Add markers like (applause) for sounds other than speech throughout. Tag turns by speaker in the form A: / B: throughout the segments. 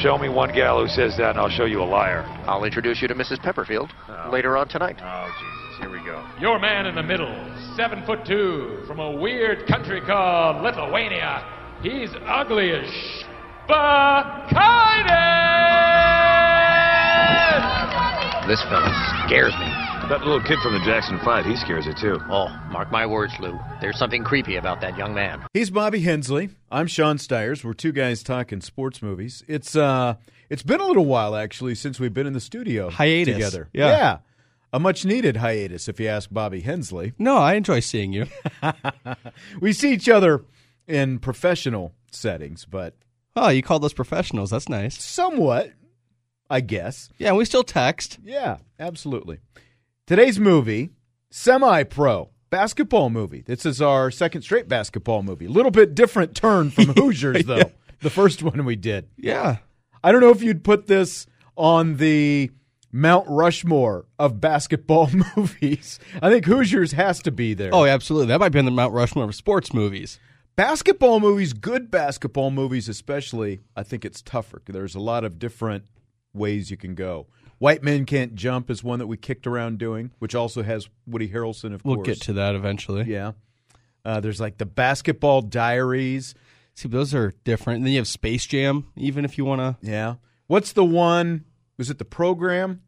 A: Show me one gal who says that, and I'll show you a liar.
B: I'll introduce you to Mrs. Pepperfield
A: Oh.
B: later on tonight.
A: Oh, Jesus. Here we go.
C: Your man in the middle, seven foot two, from a weird country called Lithuania. He's ugly as sh- Bakaitis!
B: This fella scares me.
A: That little kid from the Jackson 5, he scares you, too.
B: Oh, mark my words, Lou. There's something creepy about that young man.
D: He's Bobby Hensley. I'm Sean Stires. We're two guys talking sports movies. It's uh, it's been a little while actually since we've been in the studio
E: Hiatus.
D: together.
E: Yeah.
D: a much needed hiatus, if you ask Bobby Hensley.
E: No, I enjoy seeing you.
D: We see each other in professional settings, but
E: (laughs) Oh, you called us professionals. That's nice.
D: somewhat, I guess.
E: Yeah, we still text.
D: Yeah, absolutely. Today's movie, Semi Pro, basketball movie. This is our second straight basketball movie. A little bit different turn
E: (laughs)
D: from Hoosiers, though. The first one we did.
E: Yeah.
D: I don't know if you'd put this on the Mount Rushmore of basketball (laughs) movies. I think Hoosiers has to be there.
E: Oh, absolutely. That might be in the Mount Rushmore of sports movies.
D: Basketball movies, good basketball movies especially, I think it's tougher. There's a lot of different ways you can go. White Men Can't Jump is one that we kicked around doing, which also has Woody Harrelson, of
E: We'll
D: course.
E: get to that eventually.
D: Yeah. Uh, there's like the Basketball Diaries.
E: See, those are different. And then you have Space Jam, even if you want to.
D: Yeah. What's the one? Was it the program?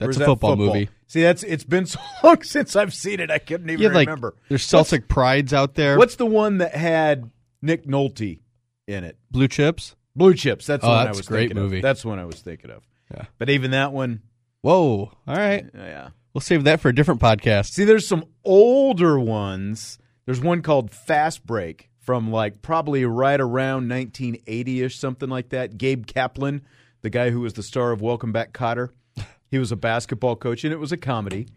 D: Or
E: That's
D: is
E: a
D: that
E: football, movie.
D: See, that's it's been (laughs) so long since I've seen it. I couldn't even
E: You have, like,
D: remember.
E: there's Celtic Prides out there.
D: What's the one that had Nick Nolte in it?
E: Blue Chips?
D: Blue Chips. That's the
E: Oh,
D: one I
E: that's
D: was
E: a great
D: thinking
E: movie.
D: Of. That's the one I was thinking of.
E: Yeah.
D: But even that one,
E: Whoa. All right.
D: yeah.
E: We'll save that for a different podcast.
D: See, there's some older ones. There's one called Fast Break from like probably right around 1980ish, something like that. Gabe Kaplan, the guy who was the star of Welcome Back, Cotter. He was a basketball coach, and it was a comedy.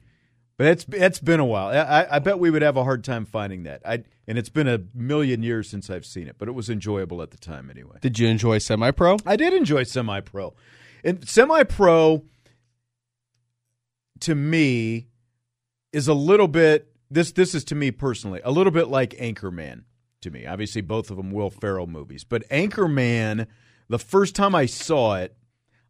D: But it's it's been a while. I, I- I bet we would have a hard time finding that. I and it's been a million years since I've seen it, but it was enjoyable at the time anyway.
E: Did you enjoy Semi Pro?
D: I did enjoy semi pro. And semi pro to me is a little bit this this is to me personally, a little bit like Anchorman to me. Obviously both of them Will Ferrell movies, but Anchorman the first time I saw it,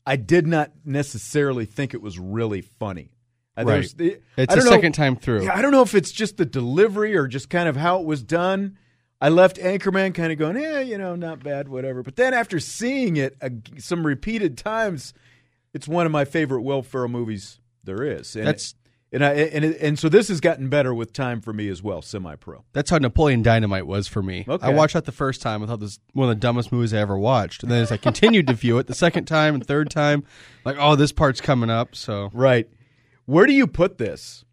D: I did not necessarily think it was really funny. Uh, there's-
E: Right.
D: I
E: It's a
D: don't know-
E: second time through.
D: Yeah, I don't know if it's just the delivery or just kind of how it was done. I left Anchorman kind of going, yeah, you know, not bad, whatever. But then after seeing it uh, some repeated times, it's one of my favorite Will Ferrell movies there is. And
E: That's-
D: and I and it- and so this has gotten better with time for me as well. Semi pro.
E: That's how Napoleon Dynamite was for me.
D: Okay.
E: I watched that the first time. I thought this was one of the dumbest movies I ever watched. And then as I continued to view it the second time and third time, like, oh, this part's coming up. So
D: Right. Where do you put this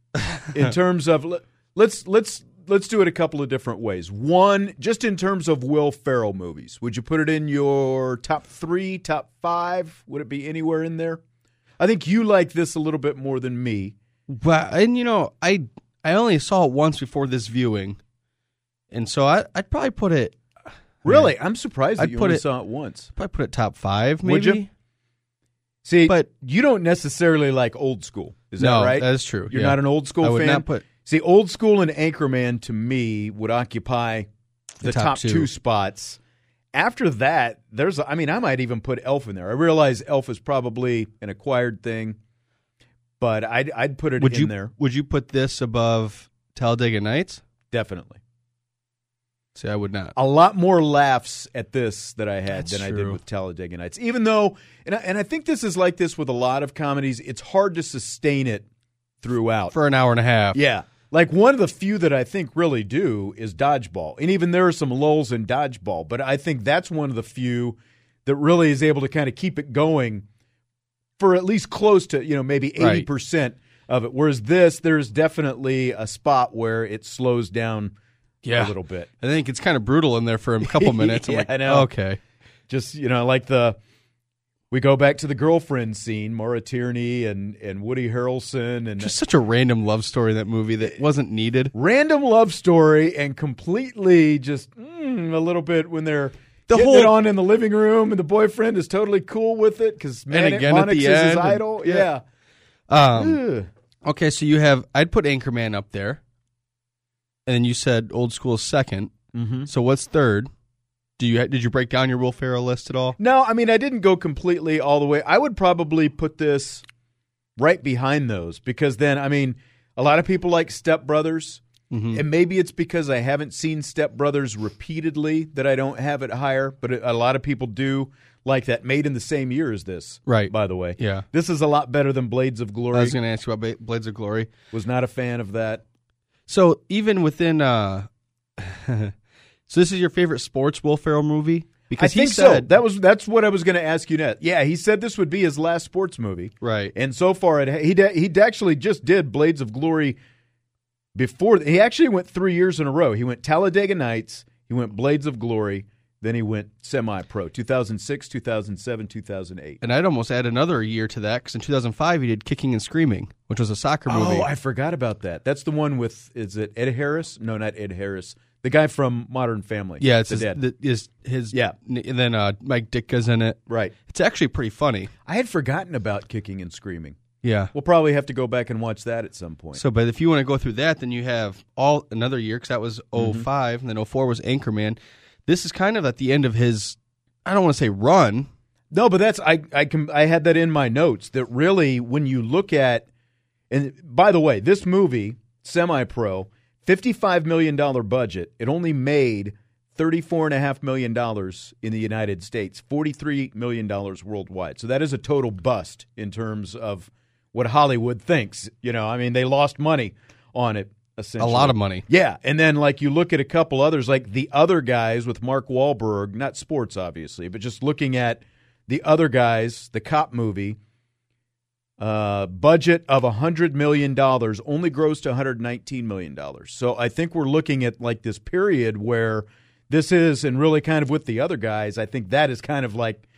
D: in terms of le- let's let's let's do it a couple of different ways. One, just in terms of Will Ferrell movies, would you put it in your top 3, top 5? Would it be anywhere in there? I think you like this a little bit more than me.
E: But and you know, I I only saw it once before this viewing, and so I I'd probably put it
D: Really? I'm surprised that
E: I'd
D: you
E: put
D: only
E: it-
D: saw it once.
E: probably put it top five maybe.
D: Would you? See, but
E: But-
D: you don't necessarily like old school. Is
E: No,
D: that right?
E: that is true,
D: You're
E: yeah.
D: not an old school
E: I would
D: fan.
E: not put-
D: See, old school and Anchorman to me would occupy the,
E: The
D: top,
E: top
D: two.
E: two.
D: spots. After that, there's I mean, I might even put Elf in there. I realize Elf is probably an acquired thing, but I'd I'd put it
E: Would
D: in
E: you
D: there
E: would you put this above Talladega Nights?
D: definitely.
E: See, I would not.
D: a lot more laughs at this that I had
E: That's
D: than I did
E: true.
D: with Talladega Nights. Even though, and I, and I think this is like this with a lot of comedies, it's hard to sustain it throughout.
E: for an hour and a half.
D: yeah. Like one of the few that I think really do is Dodgeball. And even there are some lulls in Dodgeball, but I think that's one of the few that really is able to kind of keep it going for at least close to, you know, maybe
E: Right.
D: 80% of it. Whereas this, there's definitely a spot where it slows down
E: Yeah.
D: a little bit.
E: I think it's kind of brutal in there for a (laughs) couple minutes. I'm
D: Yeah,
E: like,
D: I know.
E: okay.
D: just you know like the we go back to the girlfriend scene Maura Tierney and and Woody Harrelson and
E: Just such a random love story in that movie that wasn't needed.
D: random love story and completely just mm, a little bit when they're
E: The
D: getting
E: whole-
D: it on in the living room and the boyfriend is totally cool with it because
E: And again at
D: Monix
E: the
D: is his
E: end, and-
D: idol
E: yeah.
D: yeah,
E: Um,
D: Ugh.
E: okay, so you have I'd put Anchorman up there, and then you said Old School 2nd Mm-hmm. So what's third? Do you did you break down your Will Ferrell list at all?
D: No, I mean I didn't go completely all the way. I would probably put this right behind those because then I mean a lot of people like Step Brothers,
E: Mm-hmm.
D: and maybe it's because I haven't seen Step Brothers repeatedly that I don't have it higher. But a lot of people do like that. Made in the same year as this,
E: Right.
D: By the way,
E: Yeah.
D: this is a lot better than Blades of Glory.
E: I
D: Was,
E: was going to ask you about Ba- Blades of Glory.
D: not a fan of that.
E: So even within, uh (laughs) so this is your favorite sports Will Ferrell movie
D: I
E: because
D: think
E: he said
D: so. That was that's what I was going to ask you next. Yeah, he said this would be his last sports movie.
E: right.
D: And so far, it, he da- he actually just did Blades of Glory before. He actually went three years in a row. He went Talladega Nights, he went Blades of Glory, then he went semi pro 2006, 2007, 2008.
E: And I'd almost add another year to that because in 2005 he did Kicking and Screaming, which was a soccer movie.
D: Oh, I forgot about that. That's the one with, is it Ed Harris? No, not Ed Harris. The guy from Modern Family.
E: yeah, it's
D: the
E: his,
D: dad.
E: the, his, his
D: Yeah.
E: And then uh, Mike Ditka's in it.
D: right.
E: It's actually pretty funny.
D: I had forgotten about Kicking and Screaming.
E: Yeah.
D: We'll probably have to go back and watch that at some point.
E: So, but if you want to go through that, then you have all another year because that was
D: Mm-hmm.
E: 5 and then 04 was Anchorman. This is kind of at the end of his, I don't want to say run.
D: No, but that's I I can I had that in my notes that really when you look at and by the way, this movie, Semi Pro, fifty five million dollar budget, it only made thirty four and a half million dollars in the United States, forty three million dollars worldwide. So that is a total bust in terms of what Hollywood thinks. You know, I mean they lost money on it
E: A
D: essentially.
E: lot of money.
D: Yeah, and then like you look at a couple others, like the other guys with Mark Wahlberg, not sports obviously, but just looking at the other guys, the cop movie, uh, budget of hundred million dollars only grows to one hundred nineteen million dollars. So I think we're looking at like this period where this is, and really kind of with the other guys, I think that is kind of like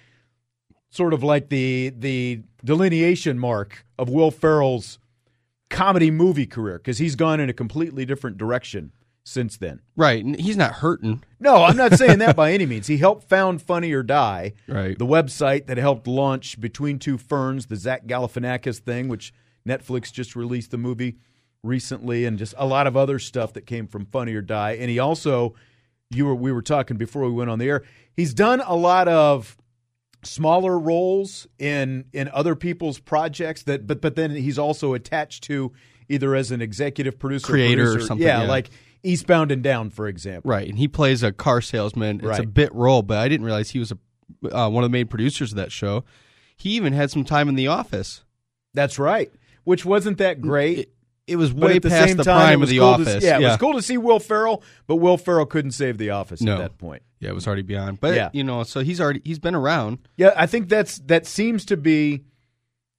D: sort of like the the delineation mark of Will Ferrell's comedy movie career because he's gone in a completely different direction since then.
E: Right. And he's not hurting.
D: No, I'm not saying that by any means. He helped found Funny or Die,
E: Right.
D: the website that helped launch Between Two Ferns, the Zach Galifianakis thing, which Netflix just released the movie recently, and just a lot of other stuff that came from Funny or Die. And he also, you were we were talking before we went on the air. He's done a lot of smaller roles in in other people's projects that but but then he's also attached to either as an executive producer
E: Creator or
D: producer.
E: something,
D: yeah,
E: yeah.
D: like eastbound and down for example
E: Right. And he plays a car salesman. It's a
D: Right.
E: bit role, but I didn't realize he was a, uh, one of the main producers of that show. He even had some time in the office.
D: That's right. Which wasn't that great.
E: It, it was
D: but
E: way
D: at the
E: past
D: same
E: the
D: time, it
E: prime of
D: was
E: the
D: cool to-
E: office.
D: yeah, it was cool to see Will Ferrell, but Will Ferrell couldn't save the office
E: No.
D: at that point.
E: Yeah, it was already beyond. But
D: Yeah.
E: you know, so he's already he's been around.
D: Yeah, I think that's that seems to be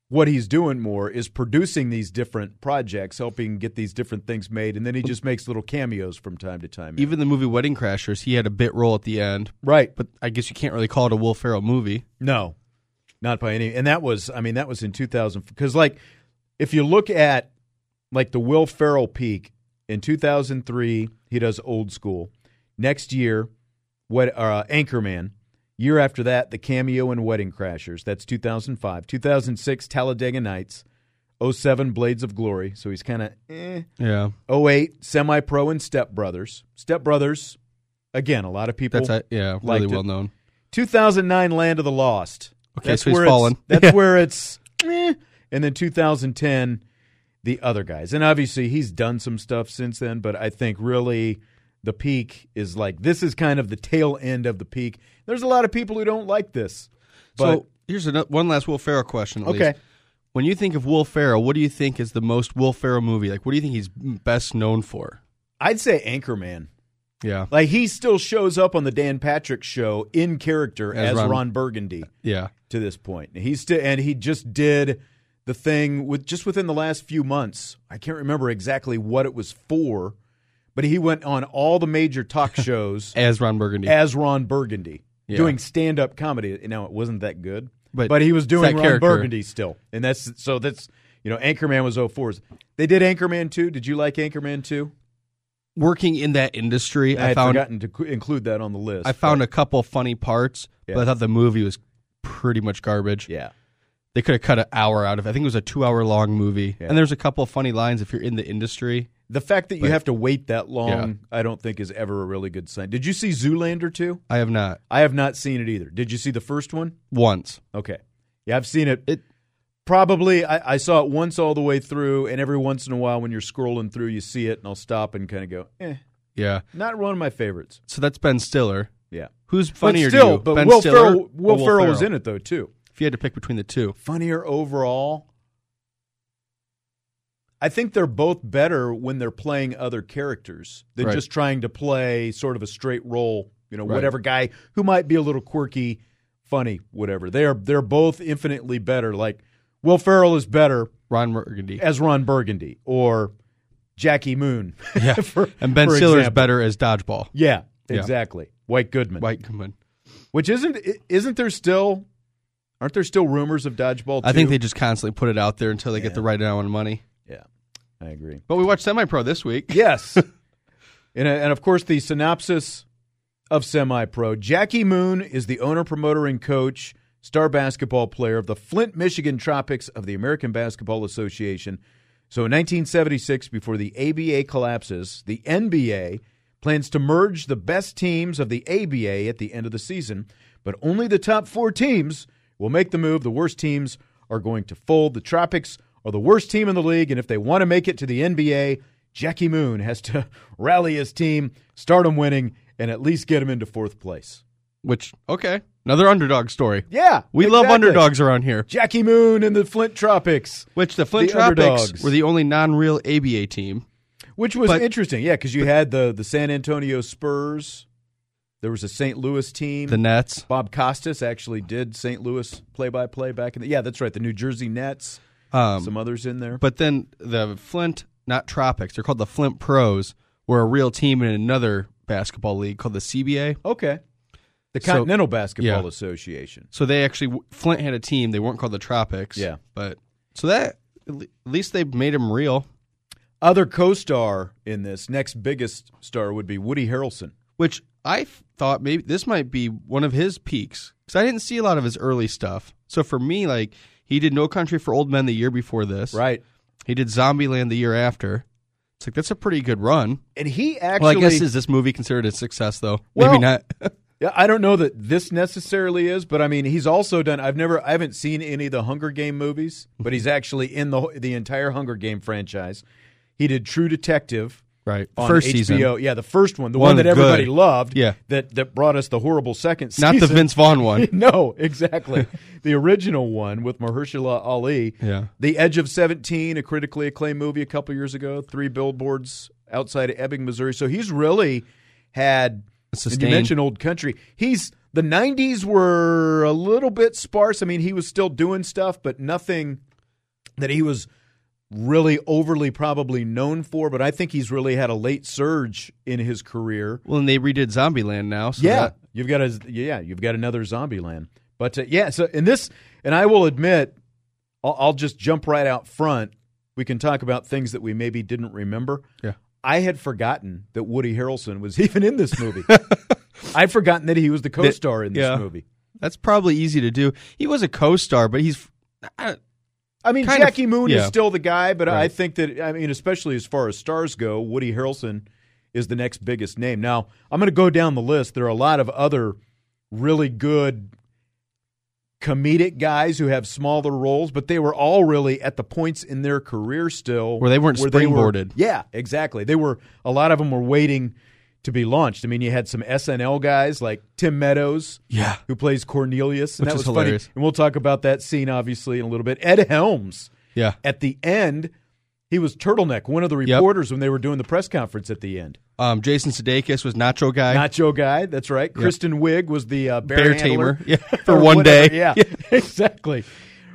D: what he's doing more is producing these different projects, helping get these different things made, and then he just makes little cameos from time to time.
E: Even the movie Wedding Crashers, he had a bit role at the end.
D: right, but
E: But I guess you can't really call it a Will Ferrell movie.
D: no, not by any. And that was, I mean, that was in 2000 because, like, if you look at like the Will Ferrell peak in 2003, he does Old School. Next year, what uh, Anchorman. Year after that, the cameo in Wedding Crashers. That's 2005. 2006, Talladega Nights. 07, Blades of Glory. So he's kind of eh.
E: Yeah,
D: 08, Semi Pro and Step Brothers. Step Brothers, again, a lot of people.
E: that's a, yeah, really
D: liked
E: well
D: it.
E: known.
D: 2009 Land of the Lost.
E: Okay,
D: that's
E: so he's
D: where it's-
E: fallen.
D: That's where it's. eh. And then 2010, the other guys. And obviously, he's done some stuff since then, but I think really the peak is like this is kind of the tail end of the peak. There's a lot of people who don't like this. But
E: so here's another, one last Will Ferrell question. At
D: Okay.
E: least. when you think of Will Ferrell, what do you think is the most Will Ferrell movie? Like, what do you think he's best known for?
D: I'd say Anchorman.
E: Yeah,
D: Like he still shows up on the Dan Patrick show in character
E: As
D: as,
E: Ron-
D: Ron, Burgundy
E: yeah,
D: to this point. He's still and he just did the thing with just within the last few months. I can't remember exactly what it was for, but he went on all the major
E: (laughs)
D: talk shows
E: as Ron Burgundy.
D: as Ron Burgundy
E: Yeah.
D: doing stand-up comedy. Now it wasn't that good,
E: But
D: but, he was
E: it's
D: doing
E: that
D: Ron
E: character.
D: Burgundy still. And that's so that's you know Anchorman was 04s. They did Anchorman 2. Did you like Anchorman 2?
E: Working in that industry,
D: I
E: I
D: had
E: found
D: forgotten to cu- include that on the list.
E: I found a couple funny parts,
D: Yeah.
E: but I thought the movie was pretty much garbage.
D: Yeah.
E: They could have cut an hour out of. it. I think it was a two-hour-long movie,
D: Yeah.
E: and there's a couple of funny lines if you're in the industry.
D: The fact that you
E: But-
D: have to wait that long, I don't think is ever a really good sign. Did you see Zoolander 2?
E: I have not
D: I have not seen it either. Did you see the first one?
E: once.
D: Okay. Yeah, I've seen it.
E: It-
D: probably I, I saw it once all the way through, and every once in a while when you're scrolling through, you see it, and I'll stop and kind of go, eh,
E: Yeah.
D: not one of my favorites.
E: So that's Ben Stiller.
D: Yeah,
E: Who's funnier
D: but still,
E: to you?
D: but
E: ben
D: Will
E: Stiller
D: Ferrell,
E: or
D: Will, Ferrell, was in it though too.
E: If you had to pick between the two,
D: Funnier overall. I think they're both better when they're playing other characters than
E: Right.
D: just trying to play sort of a straight role. You know,
E: Right.
D: whatever guy who might be a little quirky, funny, whatever. They're they're both infinitely better. Like Will Ferrell is better
E: Ron Burgundy.
D: as Ron Burgundy or Jackie Moon.
E: Yeah.
D: (laughs) For-
E: and Ben
D: for
E: Stiller is
D: example.
E: better as Dodgeball.
D: Yeah,
E: Yeah.
D: exactly. White Goodman.
E: White Goodman.
D: Which isn't i- isn't there still aren't there still rumors of dodgeball?
E: I think
D: too?
E: they just constantly put it out there until they get the right amount of money.
D: Yeah, I agree.
E: But we watched Semi Pro this week.
D: Yes, (laughs) and uh, and of course the synopsis of Semi Pro. Jackie Moon is the owner, promoter, and coach, star basketball player of the Flint, Michigan Tropics of the American Basketball Association. So in 1976, before the ABA collapses, the NBA plans to merge the best teams of the ABA at the end of the season, but only the top four teams will make the move. The worst teams are going to fold. The Tropics are the worst team in the league, and if they want to make it to the NBA, Jackie Moon has to (laughs) rally his team, start them winning, and at least get them into fourth place.
E: Which okay, another underdog story.
D: Yeah,
E: we love
D: exactly.
E: underdogs around here.
D: Jackie Moon and the Flint Tropics,
E: Which the Flint
D: The
E: Tropics
D: underdogs.
E: were the only non-real ABA team.
D: which was
E: But-
D: interesting. Yeah, because you had the the San Antonio Spurs. There was a St. Louis team.
E: The Nets.
D: Bob Costas actually did St. Louis play-by-play back in the yeah, that's right. The New Jersey Nets,
E: Um,
D: some others in there.
E: But then the Flint, not Tropics, they're called the Flint Pros, were a real team in another basketball league called the CBA.
D: okay, the
E: So-
D: Continental Basketball
E: yeah.
D: Association.
E: So they actually Flint had a team. They weren't called the Tropics.
D: Yeah.
E: but so that at le- at least they made them real.
D: Other co-star in this next biggest star would be Woody Harrelson.
E: Which I f- thought maybe this might be one of his peaks because I didn't see a lot of his early stuff. So for me, like he did No Country for Old Men the year before this.
D: Right.
E: He did Zombieland the year after. It's like that's a pretty good run.
D: And he actually
E: well, I guess is this movie considered a success though?
D: Well-
E: Maybe not.
D: Yeah, I don't know that this necessarily is, but I mean, he's also done. I've never, I haven't seen any of the Hunger Game movies, but
E: (laughs)
D: he's actually in the the entire Hunger Game franchise. He did True Detective
E: (laughs) right.
D: on
E: First
D: HBO.
E: season. (laughs)
D: Yeah, the first one, the
E: One
D: one, that
E: good.
D: everybody loved.
E: Yeah.
D: that that brought us the horrible second season.
E: Not the Vince Vaughn (laughs) one.
D: (laughs) no,
E: (laughs)
D: exactly. the original one with Mahershala Ali.
E: Yeah.
D: The Edge of 17, a critically acclaimed movie a couple years ago, three billboards outside of Ebbing, Missouri. So he's really had and you
E: Sustained.
D: mentioned old country. He's the 90s were a little bit sparse. I mean, he was still doing stuff, but nothing that he was really overly probably known for, but I think he's really had a late surge in his career.
E: Well, and they redid Zombieland now. So
D: Yeah,
E: that-
D: you've got a yeah, you've got another zombie land. But uh, yeah, so in this, and I will admit, I'll, I'll just jump right out front. We can talk about things that we maybe didn't remember.
E: Yeah.
D: I had forgotten that Woody Harrelson was (laughs) even in this movie. I'd forgotten that he was the co-star in this
E: yeah.
D: movie.
E: that's probably easy to do. He was a co-star, but he's I,
D: I mean,
E: Kind of-
D: Jackie Moon is
E: yeah.
D: still the guy, but I
E: Right.
D: think that I mean, especially as far as stars go, Woody Harrelson is the next biggest name. Now, I'm going to go down the list. There are a lot of other really good comedic guys who have smaller roles, but they were all really at the points in their career still
E: Where they weren't
D: were-
E: springboarded.
D: yeah, exactly. They were a lot of them were waiting to be launched. I mean, you had some SNL guys like Tim Meadows
E: yeah.
D: who plays Cornelius, and
E: Which
D: that was
E: is hilarious.
D: funny. And we'll talk about that scene obviously in a little bit. Ed Helms
E: Yeah.
D: at the end, he was turtleneck. One of the
E: Yep.
D: reporters when they were doing the press conference at the end,
E: Um, Jason Sudeikis was Nacho Guy.
D: Nacho guy. That's right. Kristen Wiig was the uh, bear,
E: Bear
D: handler. (laughs)
E: tamer. Yeah. For
D: Or
E: one
D: whatever.
E: day.
D: Yeah, (laughs) exactly.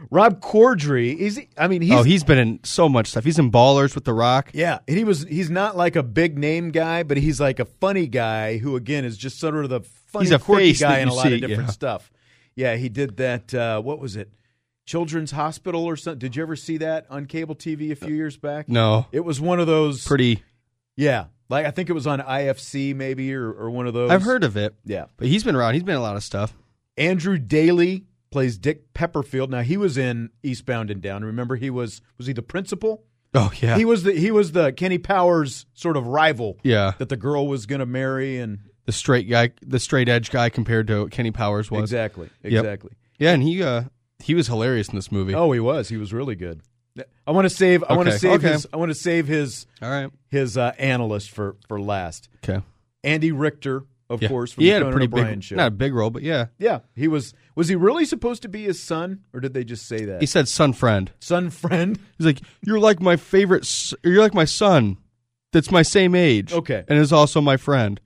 D: Rob Corddry. He's. I mean, he's.
E: oh, he's been in so much stuff. He's in Ballers with The Rock.
D: yeah, and he was. He's not like a big name guy, but he's like a funny guy who, again, is just sort of the funny
E: He's a
D: quirky
E: face
D: guy
E: that
D: in a
E: you
D: lot of
E: see,
D: different
E: yeah.
D: stuff. Yeah, he did that. Uh, what was it? Children's Hospital or something? Did you ever see that on cable TV a few years back?
E: No,
D: It was one of those
E: pretty.
D: Yeah, like I think it was on IFC maybe or, or one of those.
E: I've heard of it,
D: Yeah,
E: but he's been around. He's been in a lot of stuff.
D: Andrew Daly plays Dick Pepperfield. Now he was in Eastbound and Down. Remember, he was was he the principal?
E: Oh yeah.
D: He was the he was the Kenny Powers sort of rival
E: yeah.
D: that the girl was going to marry, and
E: The straight guy, the straight edge guy compared to what Kenny Powers was.
D: exactly,
E: Yep.
D: exactly.
E: Yeah, and he uh he was hilarious in this movie.
D: Oh, he was. He was really good. I want to save. I want to
E: Okay.
D: save
E: Okay.
D: his. I want to save his
E: All right.
D: his uh, analyst for for last.
E: Okay.
D: Andy Richter, of
E: Yeah.
D: course. From
E: he
D: the
E: had a
D: Conan
E: pretty
D: O'Brien
E: big,
D: show.
E: not a big role, but yeah.
D: Yeah, he was. Was he really supposed to be his son, or did they just say that
E: He said son friend.
D: son friend?
E: He's like, "You're like my favorite. s- You're like my son. That's my same age.
D: Okay.
E: and is also my friend."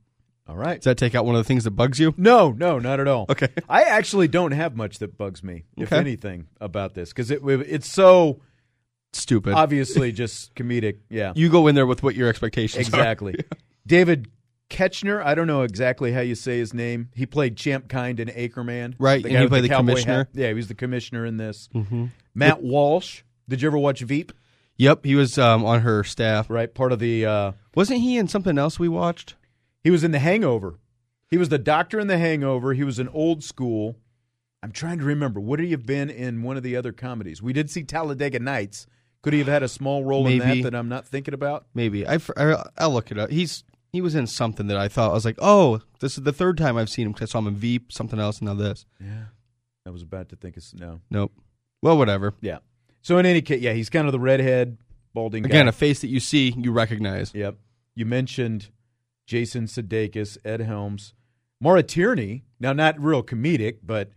D: All right.
E: Does that take out one of the things that bugs you?
D: No, no, not at all.
E: Okay.
D: I actually don't have much that bugs me, if
E: Okay.
D: anything, about this because it it's so
E: Stupid.
D: obviously just comedic. Yeah,
E: you go in there with what your expectations (laughs)
D: exactly. David Ketchner, I don't know exactly how you say his name. He played Champ Kind in Anchorman.
E: Right, and
D: guy
E: he
D: with
E: played the
D: cowboy
E: commissioner. Mm-hmm.
D: hat. Yeah, he was the commissioner in this. Matt Walsh. Did you ever watch Veep?
E: are. Yep, he was um, on her staff.
D: Right, part of the. Uh,
E: Wasn't he in something else we watched?
D: He was in The Hangover. He was the doctor in The Hangover. He was an old school. I'm trying to remember. Would he have been in one of the other comedies? We did see Talladega Nights. Could he have had a small role in
E: Maybe.
D: that that I'm not thinking about?
E: Maybe I, fr- I I'll look it up. He's he was in something that I thought I was like, oh, this is the third time I've seen him 'cause I saw him in Veep, something else, and now this.
D: Yeah. I was about to think of s- no.
E: Nope. Well, whatever.
D: Yeah. So in any case, yeah, he's kind of the redhead, balding
E: Again,
D: guy.
E: a face that you see, you recognize.
D: yep. You mentioned Jason Sudeikis, Ed Helms, Mara Tierney. Now, not real comedic, but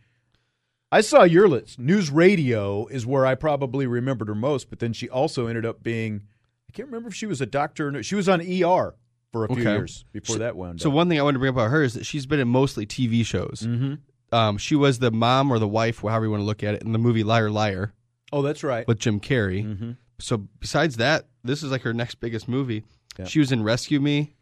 D: I saw your list. News radio is where I probably remembered her most, but then she also ended up being, I can't remember if she was a doctor or no. She was on ER for a few
E: Okay.
D: years before that wound
E: So
D: up.
E: one thing I wanted to bring up about her is that she's been in mostly TV shows. Mm-hmm. Um, she was the mom or the wife, however you want to look at it, in the movie Liar Liar
D: oh, that's right.
E: with Jim Carrey.
D: Mm-hmm.
E: So besides that, this is like her next biggest movie.
D: Yeah.
E: She was in Rescue Me.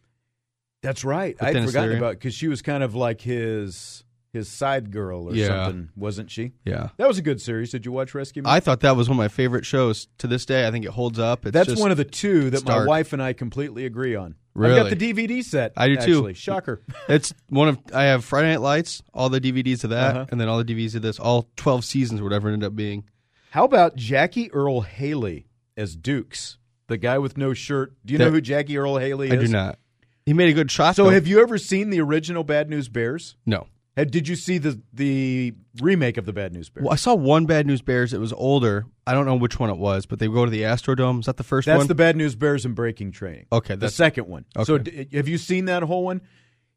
D: That's right.
E: With
D: I'd
E: Dennis
D: forgotten
E: Leary.
D: about because she was kind of like his his side girl or
E: Yeah.
D: something, wasn't she?
E: Yeah.
D: That was a good series. Did you watch Rescue Me?
E: Mm-hmm. I thought that was one of my favorite shows to this day. I think it holds up. It's
D: That's
E: just,
D: one of the two that
E: it's
D: my
E: dark.
D: wife and I completely agree on. I've
E: Really?
D: got the DVD set.
E: I do too.
D: actually.
E: (laughs)
D: Shocker.
E: It's one of I have Friday Night Lights, all the DVDs of that,
D: Uh-huh.
E: and then all the DVDs of this, all twelve seasons, or whatever it ended up being.
D: How about Jackie Earl Haley as Dukes, the guy with no shirt? Do you know
E: That-
D: who Jackie Earl Haley is?
E: I do not. He made a good shot.
D: So,
E: though.
D: have you ever seen the original Bad News Bears?
E: no.
D: Had- Did you see the the remake of the Bad News Bears?
E: Well, I saw one Bad News Bears. It was older. I don't know which one it was, but they go to the Astrodome. Is that the first
D: That's
E: one?
D: the Bad News Bears in Breaking Training.
E: Okay,
D: the
E: that's-
D: second one. So, d- have you seen that whole one?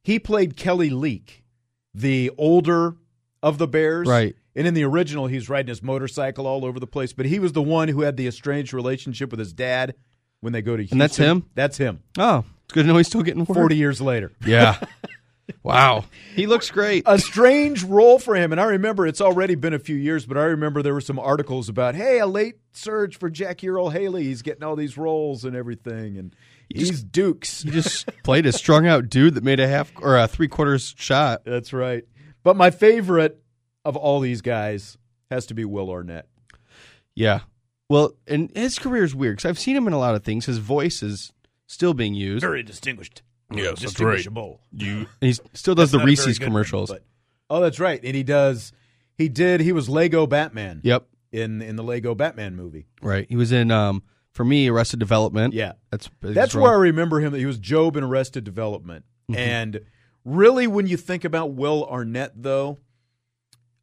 D: He played Kelly Leak, the older of the Bears,
E: Right.
D: And in the original, he's riding his motorcycle all over the place. But he was the one who had the estranged relationship with his dad when they go to Houston.
E: And that's him?
D: That's him.
E: oh, it's good to know he's still getting work.
D: Forty years later, (laughs)
E: Yeah. wow. He looks great.
D: a strange role for him. And I remember it's already been a few years, but I remember there were some articles about, hey, a late surge for Jackie Earl Haley. He's getting all these roles and everything, and he's Dukes.
E: He just played a strung out dude that made a half or a three quarters shot.
D: That's right. But my favorite of all these guys has to be Will Arnett.
E: Yeah. Well, and his career is weird because I've seen him in a lot of things. His voice is still being used.
D: Very distinguished.
E: Yes, that's right.
D: Distinguishable.
E: And he still does the
D: Not a very
E: Reese's
D: good
E: commercials.
D: one, but- oh, that's right. And he does. He did. He was Lego Batman.
E: yep.
D: In in the Lego Batman movie.
E: Right. He was in um for me Arrested Development.
D: Yeah.
E: That's
D: That's where I remember him. That he was Job in Arrested Development.
E: Mm-hmm.
D: And really, when you think about Will Arnett, though,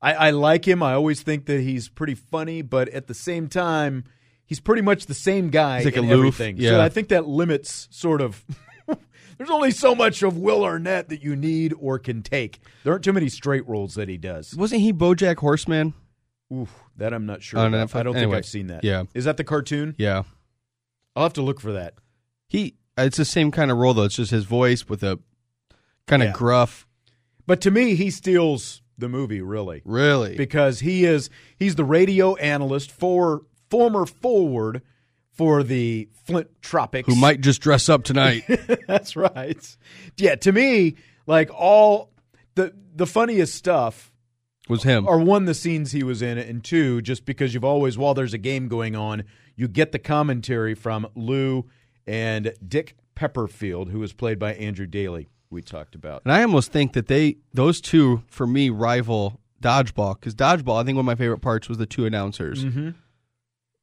D: I, I like him. I always think that he's pretty funny, but at the same time, he's pretty much the same guy
E: He's like
D: in
E: aloof,
D: everything. So
E: yeah.
D: I think that limits sort of. (laughs) There's only so much of Will Arnett that you need or can take. There aren't too many straight roles that he does.
E: wasn't he BoJack Horseman?
D: Oof, that I'm not sure.
E: On
D: about.
E: Netflix?
D: I don't think
E: Anyway,
D: I've seen that.
E: yeah.
D: Is that the cartoon?
E: Yeah.
D: I'll have to look for that.
E: He it's the same kind of role though. It's just his voice with a kind of
D: Yeah.
E: gruff.
D: But to me, he steals the movie, really.
E: Really?
D: because he is he's the radio analyst for former forward for the Flint Tropics.
E: Who might just dress up tonight?
D: (laughs) That's right. Yeah, to me, like all the the funniest stuff
E: was him.
D: are one the scenes he was in, and two just because you've always while there's a game going on, you get the commentary from Lou and Dick Pepperfield, who was played by Andrew Daly. We talked about.
E: And I almost think that they those two for me rival Dodgeball because Dodgeball, I think one of my favorite parts was the two announcers, mm-hmm.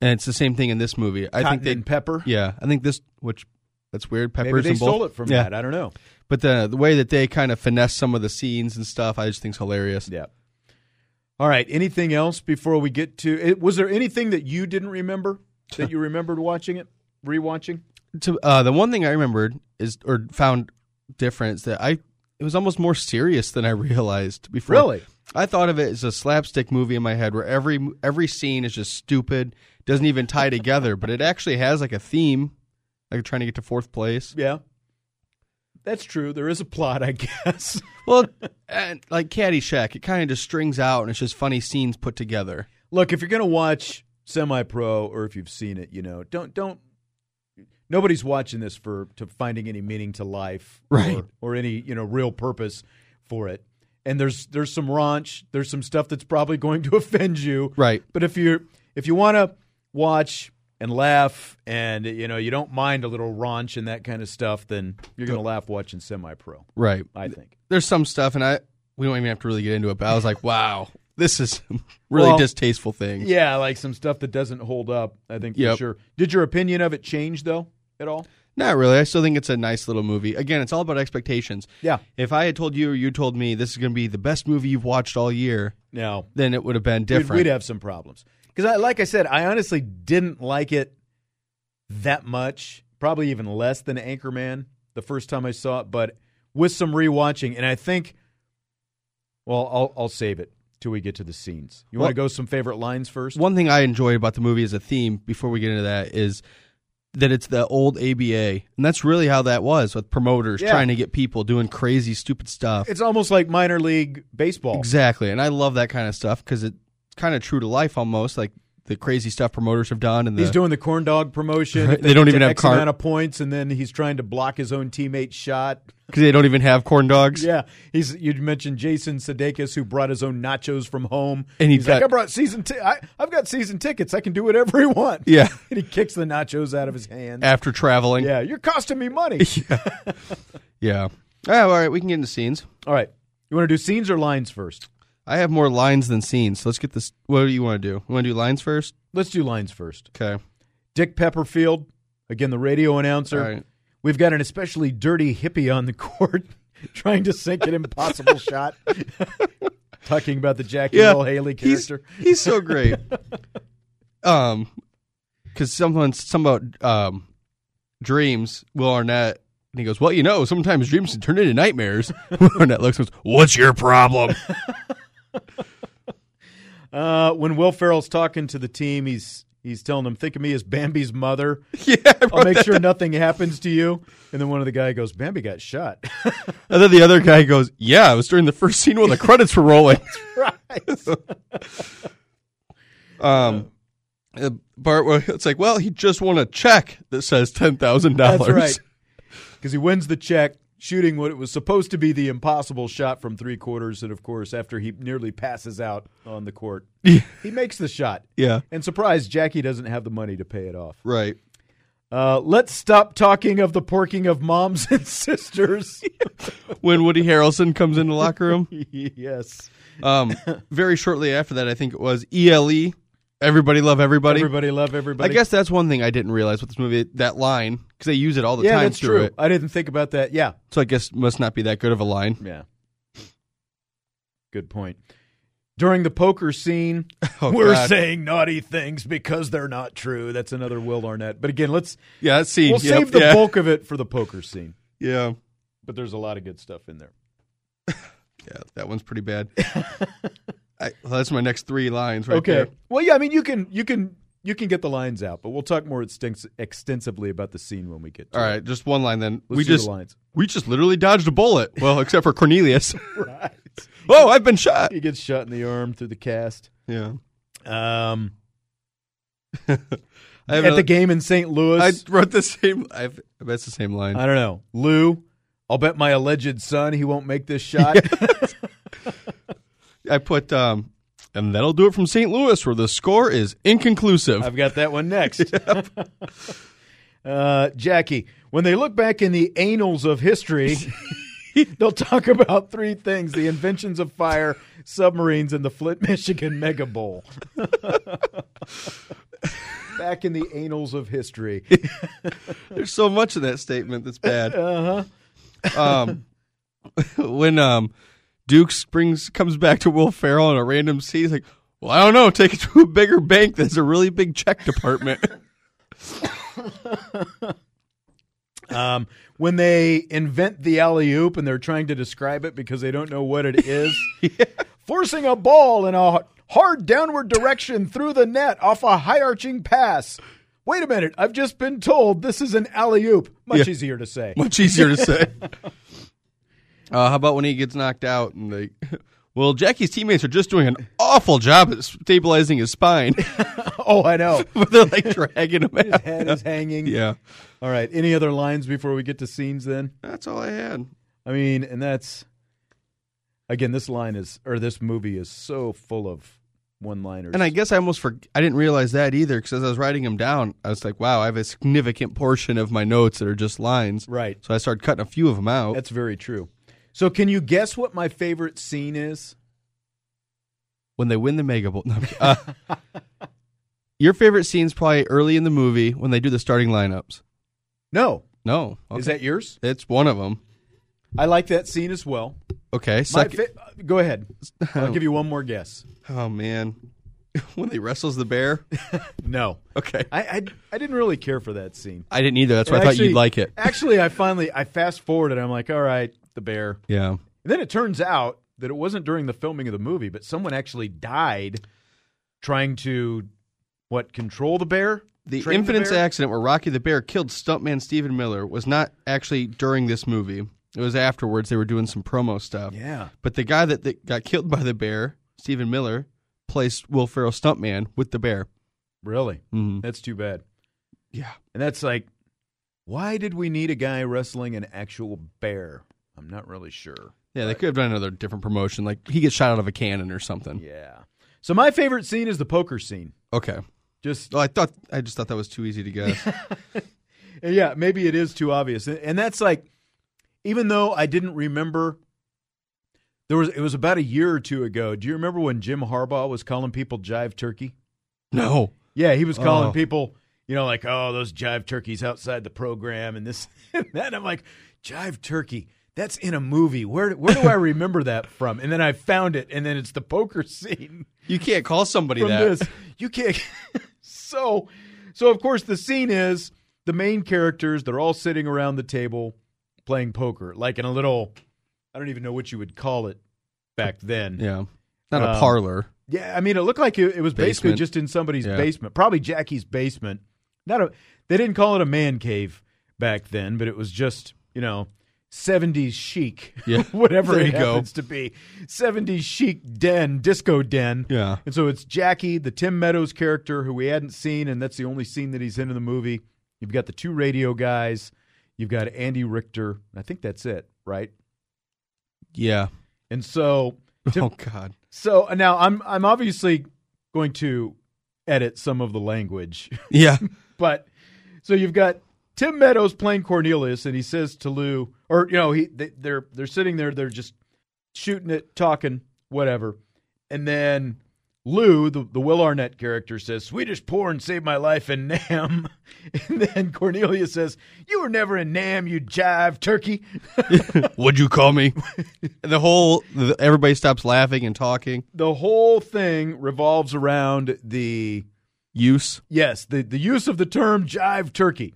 E: and it's the same thing in this movie. I
D: Cotton
E: think they,
D: and Pepper.
E: yeah, I think this, which that's weird. Peppers
D: Maybe they
E: and both.
D: stole it from
E: yeah.
D: that. I don't know.
E: But the the way that they kind of finesse some of the scenes and stuff, I just think's hilarious.
D: Yeah. All right. Anything else before we get to it? Was there anything that you didn't remember that you remembered watching it, rewatching?
E: To, uh, the one thing I remembered is or found different is that I it was almost more serious than I (laughs) realized before.
D: Really?
E: I thought of it as a slapstick movie in my head where every every scene is just stupid, doesn't even tie together, but it actually has like a theme, like trying to get to fourth place.
D: (laughs) Yeah. That's true. There is a plot, I guess.
E: Well, (laughs) and like Caddyshack, it kind of just strings out and it's just funny scenes put together.
D: Look, if you're going to watch semi-pro or if you've seen it, you know, don't don't nobody's watching this for to finding any meaning to life
E: Right.
D: or, or any, you know, real purpose for it. And there's there's some raunch, there's some stuff that's probably going to (laughs) offend you.
E: Right.
D: But if you if you want to watch and laugh and you know, you don't mind a little raunch and that kind of stuff, then you're going to laugh watching semi-pro,
E: Right.
D: I think.
E: There's some stuff and I we don't even have to really get into it, but I was like, wow, this is (laughs) really
D: Well,
E: distasteful thing.
D: Yeah, like some stuff that doesn't hold up, I think for
E: Yep.
D: sure. Did your opinion of it change though at all?
E: Not really. I still think it's a nice little movie. Again, it's all about expectations.
D: Yeah.
E: If I had told you or you told me this is going to be the best movie you've watched all year,
D: No.
E: then it would have been
D: We'd,
E: different.
D: we'd have some problems. Because, I, like I said, I honestly didn't like it that much, probably even less than Anchorman the first time I saw it, but with some rewatching. And I think, well, I'll, I'll save it till we get to the scenes. You want
E: Well-
D: to go some favorite lines first?
E: One thing I enjoyed about the movie as a theme, before we get into that, is that it's the old ABA. And that's really how that was with promoters
D: Yeah.
E: trying to get people doing crazy, stupid stuff.
D: It's almost like minor league baseball.
E: Exactly. And I love that kind of stuff because it's kind of true to life almost, like the crazy stuff promoters have done. And the,
D: He's doing the corn dog promotion.
E: Right.
D: If
E: They don't
D: get to
E: even have
D: X
E: car-
D: amount of points, and then he's trying to block his own teammate's shot.
E: cause they don't even have corn dogs.
D: (laughs) Yeah, he's. You mentioned Jason Sudeikis, who brought his own nachos from home,
E: And he
D: he's
E: got-
D: like, "I brought season. T- I, I've got season tickets. I can do whatever (laughs) I want."
E: Yeah.
D: and he kicks the nachos out of his hand.
E: After traveling.
D: yeah, you're costing me
E: (laughs)
D: money.
E: Yeah. Oh, all right. We can get into scenes.
D: All right, you want to do scenes or lines first?
E: I have more lines than scenes. So let's get this. What do you want to do? You want to do lines first?
D: Let's do lines first.
E: Okay.
D: Dick Pepperfield, again the radio announcer.
E: All right.
D: We've got an especially dirty hippie on the (laughs) court trying to sink an impossible
E: (laughs)
D: shot. Talking about the Jackie Earl Haley
E: He's-
D: character.
E: He's,
D: (laughs)
E: so great. um, because someone some about um dreams. Will Arnett and he goes, well, you know, sometimes dreams can turn into nightmares. (laughs) Will Arnett looks and goes, what's your problem?
D: Uh, when Will Ferrell's talking to the team, he's he's telling them, "Think of me as Bambi's mother.
E: (laughs) yeah. I
D: I'll
E: wrote
D: make
E: that
D: sure nothing happens to you." And then one of the guy goes, "Bambi got shot." (laughs)
E: And then the other guy goes, yeah, it was during the first scene when the credits
D: (laughs)
E: were rolling.
D: right.
E: (laughs) Um. uh, Bart, well, it's like, well, he just won a check that says ten thousand dollars.
D: That's right. Because he wins the check, shooting what it was supposed to be the impossible shot from three quarters, and of course, after he nearly passes out on the court, he makes the shot.
E: Yeah.
D: And surprise, Jackie doesn't have the money to pay it off.
E: Right.
D: Uh, let's stop talking of the porking of moms (laughs) and
E: (laughs)
D: sisters.
E: When Woody Harrelson comes in the locker room.
D: yes.
E: (laughs) Um, very shortly after that, I think it was ELE. Everybody love everybody.
D: Everybody love everybody.
E: I guess that's one thing I didn't realize with this movie that line because they use it all the
D: yeah,
E: time
D: that's
E: through
D: true.
E: it.
D: I didn't think about that. Yeah.
E: So I guess must not be that good of a line.
D: Yeah. Good point. During the poker scene,
E: (laughs) Oh,
D: we're
E: God.
D: saying naughty things because they're not true. That's another Will Arnett. But again, let's
E: Yeah, that scene.
D: we'll
E: Yep,
D: save the
E: yeah.
D: bulk of it for the poker scene.
E: Yeah,
D: But there's a lot of good stuff in there.
E: yeah, that one's pretty bad. (laughs) I, well, that's my next three lines right
D: okay.
E: there.
D: Well, yeah. I mean, you can you can you can get the lines out, but we'll talk more extens- extensively about the scene when we get. to
E: All
D: it.
E: right, just one line then.
D: Let's do
E: we
D: the
E: just
D: lines.
E: we just literally dodged a bullet. Well, except for (laughs) Cornelius.
D: Right.
E: oh, I've been (laughs) shot.
D: He gets shot in the arm through the cast.
E: Yeah.
D: Um,
E: I
D: at
E: have
D: the
E: another-
D: game in St. Louis,
E: I wrote the same. I've, that's the same line.
D: I don't know. Lou, I'll bet my alleged son he won't make this shot.
E: I put, um, and that'll do it from St. Louis, where the score is inconclusive.
D: I've got that one next. (laughs) uh, Jackie, when they look back in the annals of history, They'll talk about three things the inventions of fire, submarines, and the Flint, Michigan Mega Bowl. (laughs) Back in the annals of history.
E: There's so much in that statement that's bad. Uh huh. Um, (laughs) when um, Duke Springs comes back to Will Ferrell in a random scene, he's like, "Well, I don't know. Take it to a bigger bank that's a really big check department." (laughs)
D: Um, when they invent the alley oop and they're trying to describe it because they don't know what it is,
E: (laughs)
D: forcing a ball in a hard downward direction through the net off a high arching pass. Wait a minute, I've just been told this is an alley oop. Much
E: Yeah.
D: easier to
E: (laughs)
D: say. (laughs)
E: Much easier to say. Uh, how about when he gets knocked out and they? (laughs) Well, Jackie's teammates are just doing an awful job at stabilizing his spine,
D: Oh, I
E: (laughs)
D: know.
E: but they're like dragging him out.
D: Head is hanging.
E: Yeah,
D: All right. Any other lines before we get to scenes then?
E: that's all I had.
D: I mean, and that's again, this line is or this movie is so full of one liners.
E: And I guess I almost for, I didn't realize that either because as I was writing them down, I was like, wow, I have a significant portion of my notes that are just lines.
D: Right.
E: So I started cutting a few of them out.
D: That's very true. So can you guess what my favorite scene is?
E: when they win the Mega Bowl. (laughs) No, I'm kidding. Uh,
D: (laughs)
E: your favorite scene's probably early in the movie when they do the starting lineups.
D: No.
E: No.
D: Is
E: Okay.
D: that yours?
E: It's one of them.
D: I like that scene as well.
E: Okay.
D: My
E: Second.
D: fa- uh, go ahead.
E: (laughs)
D: I'll give you one more guess.
E: oh, man. (laughs) when they wrestles
D: (laughs)
E: the bear.
D: No.
E: Okay.
D: I, I, I didn't really care for that scene.
E: I didn't either. That's why I thought
D: Actually-
E: you'd like it. (laughs)
D: Actually, I finally I fast forward and I'm like, all right, the bear.
E: Yeah.
D: And then it turns out that it wasn't during the filming of the movie, but someone actually died trying to what control the bear.
E: The
D: Train
E: infamous
D: bear?
E: accident where Rocky the Bear killed stuntman Stephen Miller was not actually during this movie. It was afterwards. They were doing some promo stuff.
D: Yeah.
E: But the guy that, that got killed by the bear, Stephen Miller, placed Will Ferrell's stuntman with the bear.
D: Really,
E: Mhm.
D: that's too bad.
E: Yeah.
D: And that's like, why did we need a guy wrestling an actual bear? I'm not really sure.
E: Yeah, they could have done another different promotion. Like he gets shot out of a cannon or something.
D: Yeah. So my favorite scene is the poker scene.
E: Okay.
D: Just
E: Well, I thought I just thought that was too easy to
D: (laughs)
E: guess.
D: yeah, maybe it is too obvious. And- And that's like even though I didn't remember there was it was about a year or two ago. Do you remember when Jim Harbaugh was calling people jive turkey?
E: no.
D: Yeah, he was calling
E: Oh.
D: people, you know, like, oh, those jive turkeys outside the program and this (laughs) and that. And I'm like, jive turkey. That's in a movie. Where where do I remember that from? And then I found it, and then it's the poker (laughs) scene
E: You can't call somebody
D: from
E: that.
D: this. You can't. (laughs) so, so of course the scene is the main characters. They're all sitting around the table playing poker, like in a little. I don't even know what you would call it back then.
E: Yeah. Not a
D: Um,
E: parlor.
D: Yeah, I mean, it looked like it, it was basically
E: Basement.
D: just in somebody's
E: Yeah.
D: basement, probably Jackie's basement. Not a, they didn't call it a man cave back then, but it was just you know seventies chic,
E: Yeah.
D: (laughs) whatever
E: There
D: it
E: you go.
D: happens to be, seventies chic den, disco den.
E: Yeah.
D: and so it's Jackie, the Tim Meadows character who we hadn't seen, and that's the only scene that he's in in the movie. You've got the two radio guys, you've got Andy Richter. I think that's it, right?
E: Yeah.
D: And so Tim,
E: (laughs) Oh
D: (laughs)
E: God.
D: so uh, now I'm I'm obviously going to edit some of the language, (laughs)
E: Yeah.
D: but so you've got Tim Meadows playing Cornelius, and he says to Lou, or you know he they, they're they're sitting there, they're just shooting it, talking, whatever, and then Lou, the, the Will Arnett character, says Swedish porn saved my life in Nam, (laughs) and then Cornelius says, "You were never in Nam, you jive turkey." (laughs)
E: Would you call me? And (laughs) the whole the, everybody stops laughing and talking.
D: the whole thing revolves around the
E: Use
D: Yes, the, the use of the term jive turkey.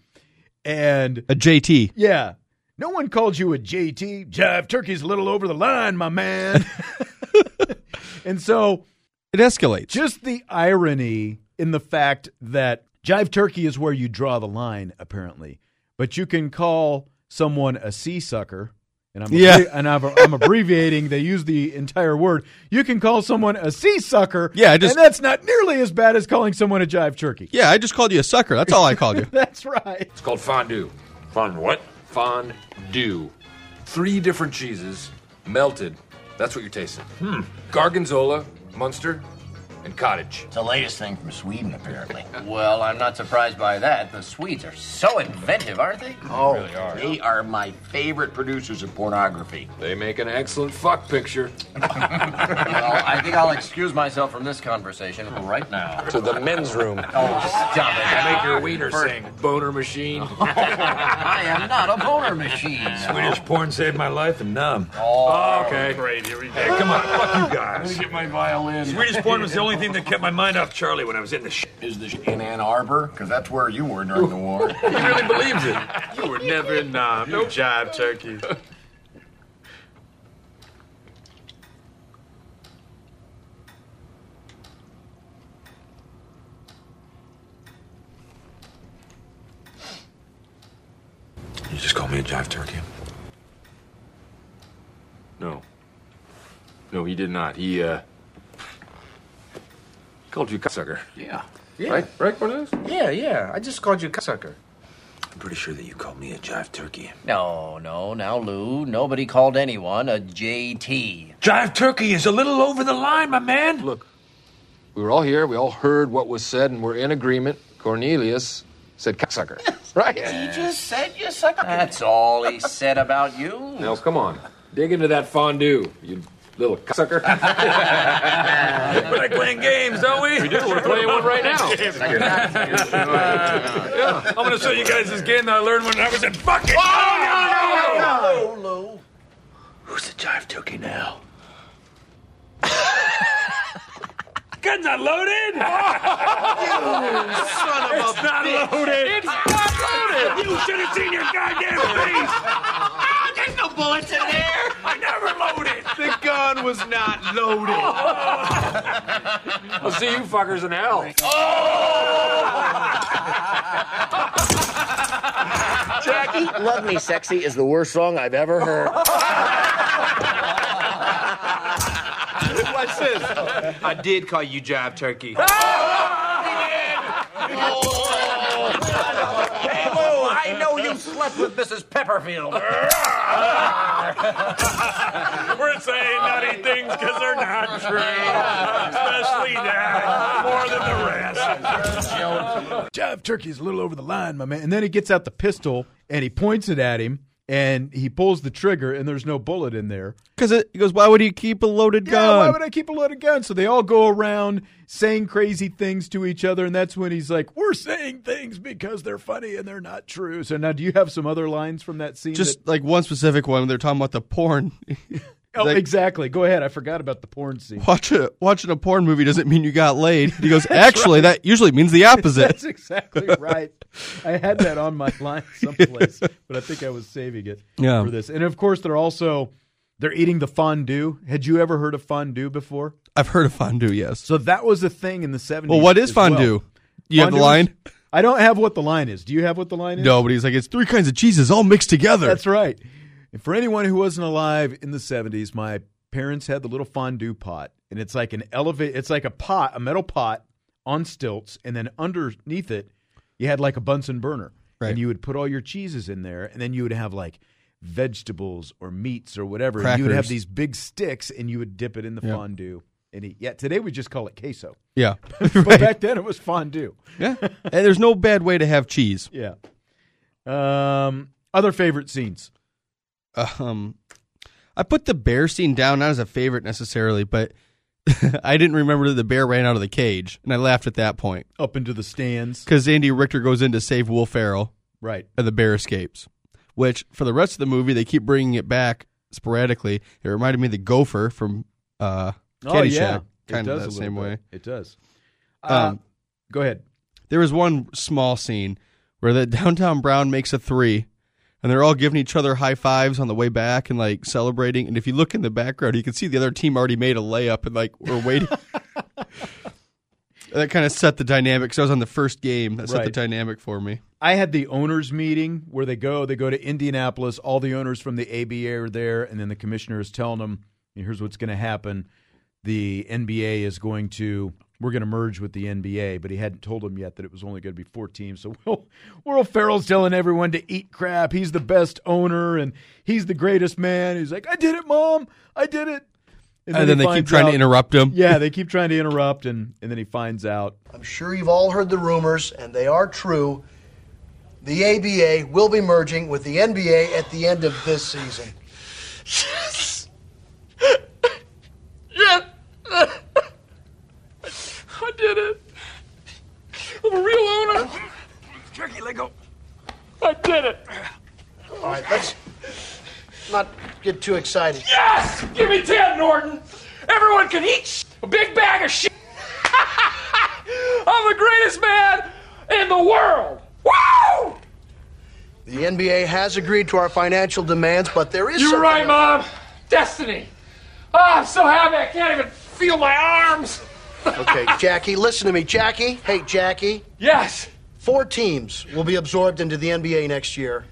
D: And
E: a JT.
D: yeah, no one called you a JT. Jive turkey's a little over the line, my man. (laughs) and so
E: It escalates.
D: just the irony in the fact that jive turkey is where you draw the line, apparently. But you can call someone a sea sucker. And I'm,
E: Yeah.
D: and I'm, I'm abbreviating. They use the entire word. You can call someone a sea sucker.
E: Yeah, I just-
D: and that's not nearly as bad as calling someone a jive turkey.
E: yeah, I just called you a sucker. That's all I called you.
D: (laughs) That's right.
F: It's called fondue.
A: Fun what?
F: Fondue. Three different cheeses melted. That's what you're tasting. Hmm. Gargonzola, Munster, and cottage.
G: It's the latest thing from Sweden, apparently. (laughs) well, I'm not surprised by that. The Swedes are so inventive, aren't they? Oh, they are my favorite producers of pornography.
F: They make an excellent fuck picture.
G: (laughs) well, I think I'll excuse myself from this conversation right now.
F: To the men's room.
G: Oh, stop it.
F: Make (laughs) your wiener sing. Boner machine.
G: I am not a boner machine.
F: Swedish porn saved my life and numb.
G: Oh,
F: okay. Great, here we go. Hey, come on, fuck you
G: (laughs)
F: guys.
G: get my violin.
F: Swedish porn was the only thing that kept my mind off Charlie when I was in the shit.
G: Is this in Ann Arbor? Because that's where you were during the war.
F: (laughs) He really believes it. (laughs) You were never in Nam. No job, turkey. You just call me a jive turkey? No. No, he did not. He, uh. called you cocksucker.
G: yeah. Yeah.
F: Right? Right, Cornelius?
G: Yeah, yeah. I just called you cocksucker.
F: I'm pretty sure that you called me a jive turkey.
G: No, no, now, Lou. Nobody called anyone a JT.
F: Jive turkey is a little over the line, my man. Look,
H: We were all here. We all heard what was said, and we're in agreement. Cornelius said cocksucker, right?
G: Just said you suck. That's all he said about you.
F: now come on, dig into that fondue, you little (laughs) sucker. we like playing games, don't we? We do. We're playing one right now. yeah, I'm gonna show you guys this game that I learned when I was in bucket. Oh no, no, no!
G: Oh, Lou.
F: Who's the jive turkey now? Gun's not loaded.
G: Son of
F: It's not loaded. It's not loaded. You should have seen your goddamn face.
G: a. There's no bullets in there.
F: I never loaded.
I: The gun was not loaded.
F: I'll see you fuckers in hell.
B: Jackie, Love Me Sexy is the worst song I've ever heard.
I: Watch this. I did call you jive turkey.
G: I know you slept with Mrs. Pepperfield.
F: We're saying nutty things because they're not true. Especially that. More than the rest.
D: Jive Turkey's a little over the line, my man. And then he gets out the pistol and he points it at him and he pulls the trigger and there's no bullet in there.
E: Because it he goes, why would you keep a loaded
D: Yeah, why
E: gun?
D: would I keep a loaded gun? So they all go around saying crazy things to each other, and that's when he's like, "We're saying things because they're funny and they're not true." So now, do you have some other lines from that scene?
E: Just like one specific one. They're talking about the porn. (laughs)
D: that- oh,
E: like-
D: exactly. Go ahead. I forgot about the porn scene.
E: Watch a, watching a porn movie doesn't mean you got laid. He goes, actually, that usually means the opposite.
D: That's exactly right. I had that on my (laughs) line
E: (laughs)
D: someplace, but I think I was saving it
E: Yeah.
D: for this. And of course, they're also they're eating the fondue. Had you ever heard of fondue before?
E: I've heard of fondue, yes.
D: So that was a thing in the seventies.
E: Well, what is fondue? You have the line?
D: I don't have what the line is. Do you have what the line is?
E: No, but he's like, it's three kinds of cheeses all mixed together.
D: That's right. And for anyone who wasn't alive in the 70s, my parents had the little fondue pot, and it's like an elevate. It's like a pot, a metal pot on stilts, and then underneath it, you had like a Bunsen burner,
E: Right.
D: and you would put all your cheeses in there, and then you would have like vegetables or meats or whatever. And you would have
E: Crackers.
D: these big sticks, and you would dip it in the
E: Yeah.
D: fondue and eat. Yeah, today we just call it
E: (laughs)
D: queso,
E: yeah.
D: but
E: Right.
D: back then it was fondue.
E: yeah. And there's no bad way to have cheese.
D: Yeah. Um, other favorite scenes.
E: Um, I put the bear scene down, not as a favorite necessarily, but (laughs) I didn't remember that the bear ran out of the cage. And I laughed at that point
D: Up into the stands.
E: because Andy Richter goes in to save Will Ferrell.
D: Right.
E: and the bear escapes. Which for the rest of the movie they keep bringing it back sporadically. It reminded me of the gopher from uh, Caddyshack,
D: Oh, It
E: kind of
D: does
E: that
D: a
E: same
D: little
E: way.
D: bit. It does.
E: Um,
D: Uh, go ahead.
E: there was one small scene where the (laughs) downtown Brown makes a three, and they're all giving each other high fives on the way back and like celebrating. And if you look in the background, you can see the other team already made a layup and like we're
D: (laughs)
E: waiting. that kind of set the dynamic. So I was on the first game that set the
D: Right.
E: dynamic for me.
D: I had the owners meeting where they go. They go to Indianapolis. All the owners from the ABA are there, and then the commissioner is telling them, "Here's what's going to happen. The NBA is going to." We're going to merge with the NBA, but he hadn't told them yet that it was only going to be four teams. So (laughs) Will, Will Ferrell's telling everyone to eat crap. He's the best owner and he's the greatest man. He's like, I did it, mom. I did it.
E: and then
D: he
E: they keep
D: finds
E: trying
D: out-
E: to interrupt him.
D: Yeah, they keep trying to interrupt, and, and then he finds out.
J: I'm sure you've all heard the rumors, and they are true. The ABA will be merging with the NBA at the end of this season.
F: Yeah. I did it. I'm a real owner. Jerky, let go. I did it.
J: All right, let's not get too excited.
F: Yes! Give me 10, Norton. Everyone can eat sh- (laughs) a big bag of shit. I'm the greatest man in the world. Woo!
J: The NBA has agreed to our financial demands, but there is
F: You were
J: something
F: right,
J: else.
F: Mom. Destiny. Oh, I'm so happy I can't even feel my arms.
J: Okay, Jackie, listen to me. Jackie, hey, Jackie,
F: Yes.
J: four teams will be absorbed into the NBA next year.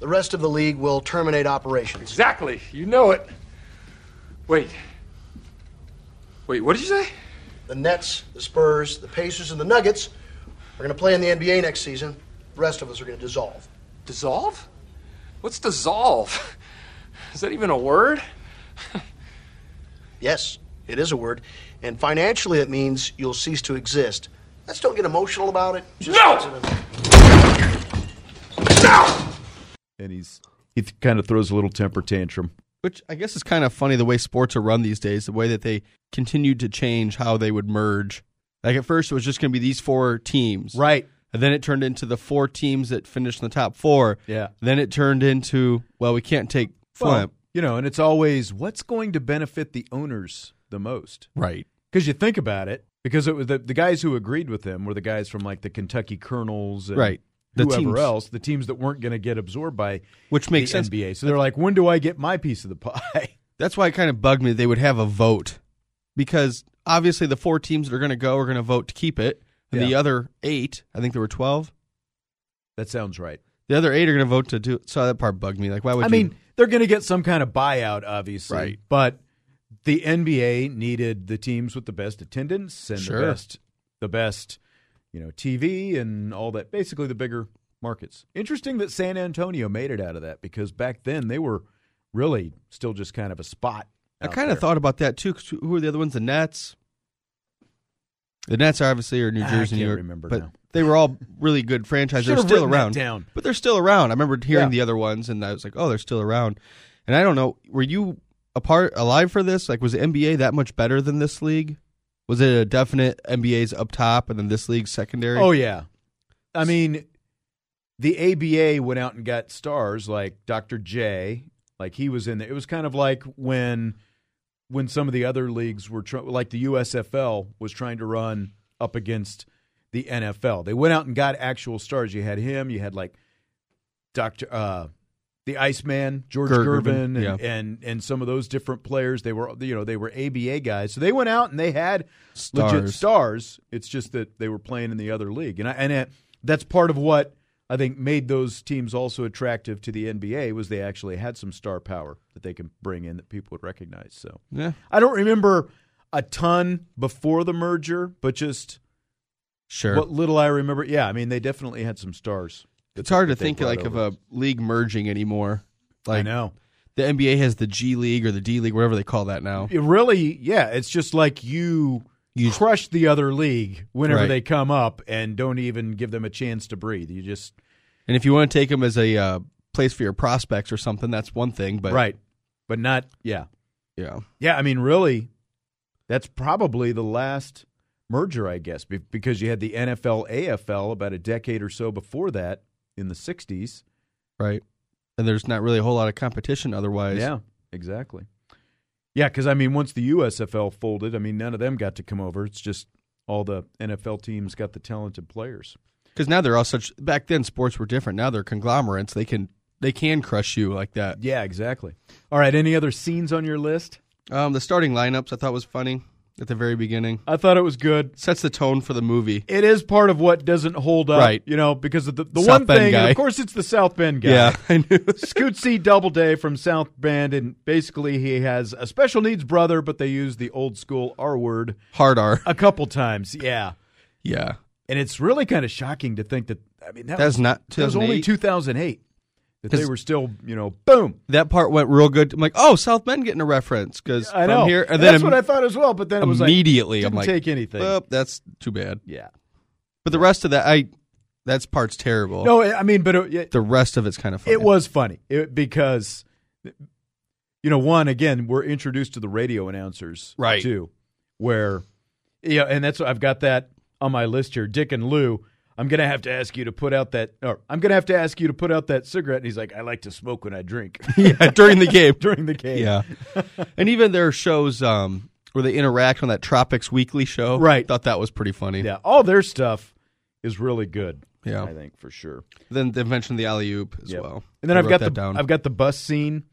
J: The rest of the league will terminate operations.
F: Exactly. You know it. Wait. Wait, what did you say?
J: The Nets, the Spurs, the Pacers, and the Nuggets are going to play in the NBA next season. The rest of us are going to dissolve.
F: Dissolve? What's dissolve? (laughs) Is that even a word?
J: Yes, it is a word. And financially, it means you'll cease to exist. Let's don't get emotional about it. Just
F: No!
D: and he's he th- kind of throws a little temper tantrum.
E: Which I guess is kind of funny the way sports are run these days, the way that they continued to change how they would merge. Like at first it was just going to be these four teams.
D: Right.
E: And then it turned into the four teams that finished in the top four.
D: Yeah.
E: Then it turned into, well, we can't take Flint.
D: you know, and it's always what's going to benefit the owners the most
E: right.
D: because you think about it. Because it was the, the guys who agreed with him were the guys from like the Kentucky Colonels and
E: Right. The
D: whoever
E: teams.
D: else, the teams that weren't going to get absorbed by
E: Which makes
D: the
E: sense.
D: NBA. So they're like, when do I get my piece of the pie? (laughs)
E: That's why it kind of bugged me that they would have a vote because obviously the four teams that are going to go are going to vote to keep it. And the
D: Yeah.
E: other eight, I think there were 12,
D: that sounds right.
E: the other eight are going to vote to do it. So that part bugged me. Like, why would
D: I
E: you?
D: mean, they're going to get some kind of buyout, obviously.
E: Right.
D: But the NBA needed the teams with the best attendance and
E: Sure.
D: the best, the best, you know, TV and all that. Basically, the bigger markets. Interesting that San Antonio made it out of that because back then they were really still just kind of a spot.
E: I
D: out
E: kind
D: there.
E: of thought about that too. 'cause who are the other ones? The Nets. The Nets are obviously are New
D: I
E: Jersey, New
D: can't
E: York,
D: remember
E: but
D: now.
E: they were all really good franchises.
D: Should've
E: they're still
D: written that
E: around,
D: down.
E: but they're still around. I remember hearing
D: Yeah.
E: the other ones, and I was like, "Oh, they're still around." And I don't know, were you apart alive for this? Like, was the NBA that much better than this league? Was it a definite NBA's up top, and then this league's secondary?
D: Oh yeah, I mean, the ABA went out and got stars like Dr. J. Like he was in there. It was kind of like when when some of the other leagues were tr- like the USFL was trying to run up against the NFL. They went out and got actual stars. You had him. You had like Dr. Uh, the Iceman, George
E: Ger-
D: Gervin,
E: Gervin,
D: and,
E: yeah.
D: and and some of those different players. They were you know they were ABA guys, so they went out and they had legit
E: Stars.
D: stars. It's just that they were playing in the other league, and I, and uh that's part of what I think made those teams also attractive to the NBA was they actually had some star power that they can bring in that people would recognize. So
E: yeah,
D: I don't remember a ton before the merger, but just
E: sure.
D: what little I remember, yeah, I mean they definitely had some stars. that
E: it's
D: they-
E: hard to
D: that they
E: think
D: brought
E: like of
D: over.
E: a league merging anymore. Like
D: I know.
E: the NBA has the G League or the D League, whatever they call that now.
D: It really, yeah, it's just like you,
E: You-
D: crush the other league whenever
E: Right.
D: they come up and don't even give them a chance to breathe. You just
E: And if you want to take them as a uh, place for your prospects or something, that's one thing. But
D: right, but not yeah,
E: yeah,
D: yeah. I mean, really, that's probably the last merger, I guess, be- because you had the NFL AFL about a decade or so before that in the '60s.
E: right. And there's not really a whole lot of competition otherwise.
D: Yeah, exactly. Yeah, because I mean, once the USFL folded, I mean, none of them got to come over. It's just all the NFL teams got the talented players.
E: because now they're all such. Back then, sports were different. Now they're conglomerates. They can they can crush you like that.
D: Yeah, exactly. All right, any other scenes on your list?
E: Um, the starting lineups I thought was funny at the very beginning.
D: I thought it was good.
E: Sets the tone for the movie.
D: It is part of what doesn't hold up,
E: Right.
D: you know, because of the, the
E: South
D: one
E: Bend
D: thing, and
E: guy.
D: of course, it's the South Bend guy. (laughs)
E: (laughs) I knew.
D: Scoot C. Doubleday from South Bend, and basically he has a special needs brother, but they use the old school R word
E: Hard R.
D: a couple times. Yeah.
E: Yeah,
D: And it's really kind of shocking to think that, I mean, that
E: that's
D: was
E: not.
D: That was only
E: 2008?
D: 2008. that they were still, you know, boom.
E: That part went real good. I'm like, oh, South Bend getting a reference because
D: I
E: from
D: know.
E: here, and
D: And
E: then
D: that's what
E: im-
D: I thought as well. But then it was
E: immediately
D: like,
E: I'm
D: didn't
E: like,
D: take anything.
E: Well, that's too bad.
D: yeah.
E: But the rest of that, I that's part's terrible.
D: No, I mean, but it,
E: the rest of it's kind of funny.
D: It was funny it, because, you know, one again, we're introduced to the radio announcers,
E: Right.
D: Too, where, yeah, and that's I've got that on my list here. Dick and Lou, I'm gonna have to ask you to put out that, or I'm gonna have to ask you to put out that cigarette. And he's like, I like to smoke when I drink (laughs)
E: (laughs) yeah, during the game.
D: during the game.
E: Yeah, and even their shows um, where they interact on that Tropics Weekly show.
D: Right.
E: thought that was pretty funny.
D: yeah, all their stuff is really good.
E: Yeah.
D: I think for sure.
E: Then they mentioned the alley oop as
D: Yep.
E: well.
D: And then
E: I
D: I've
E: wrote
D: got the
E: that down.
D: I've got the bus scene.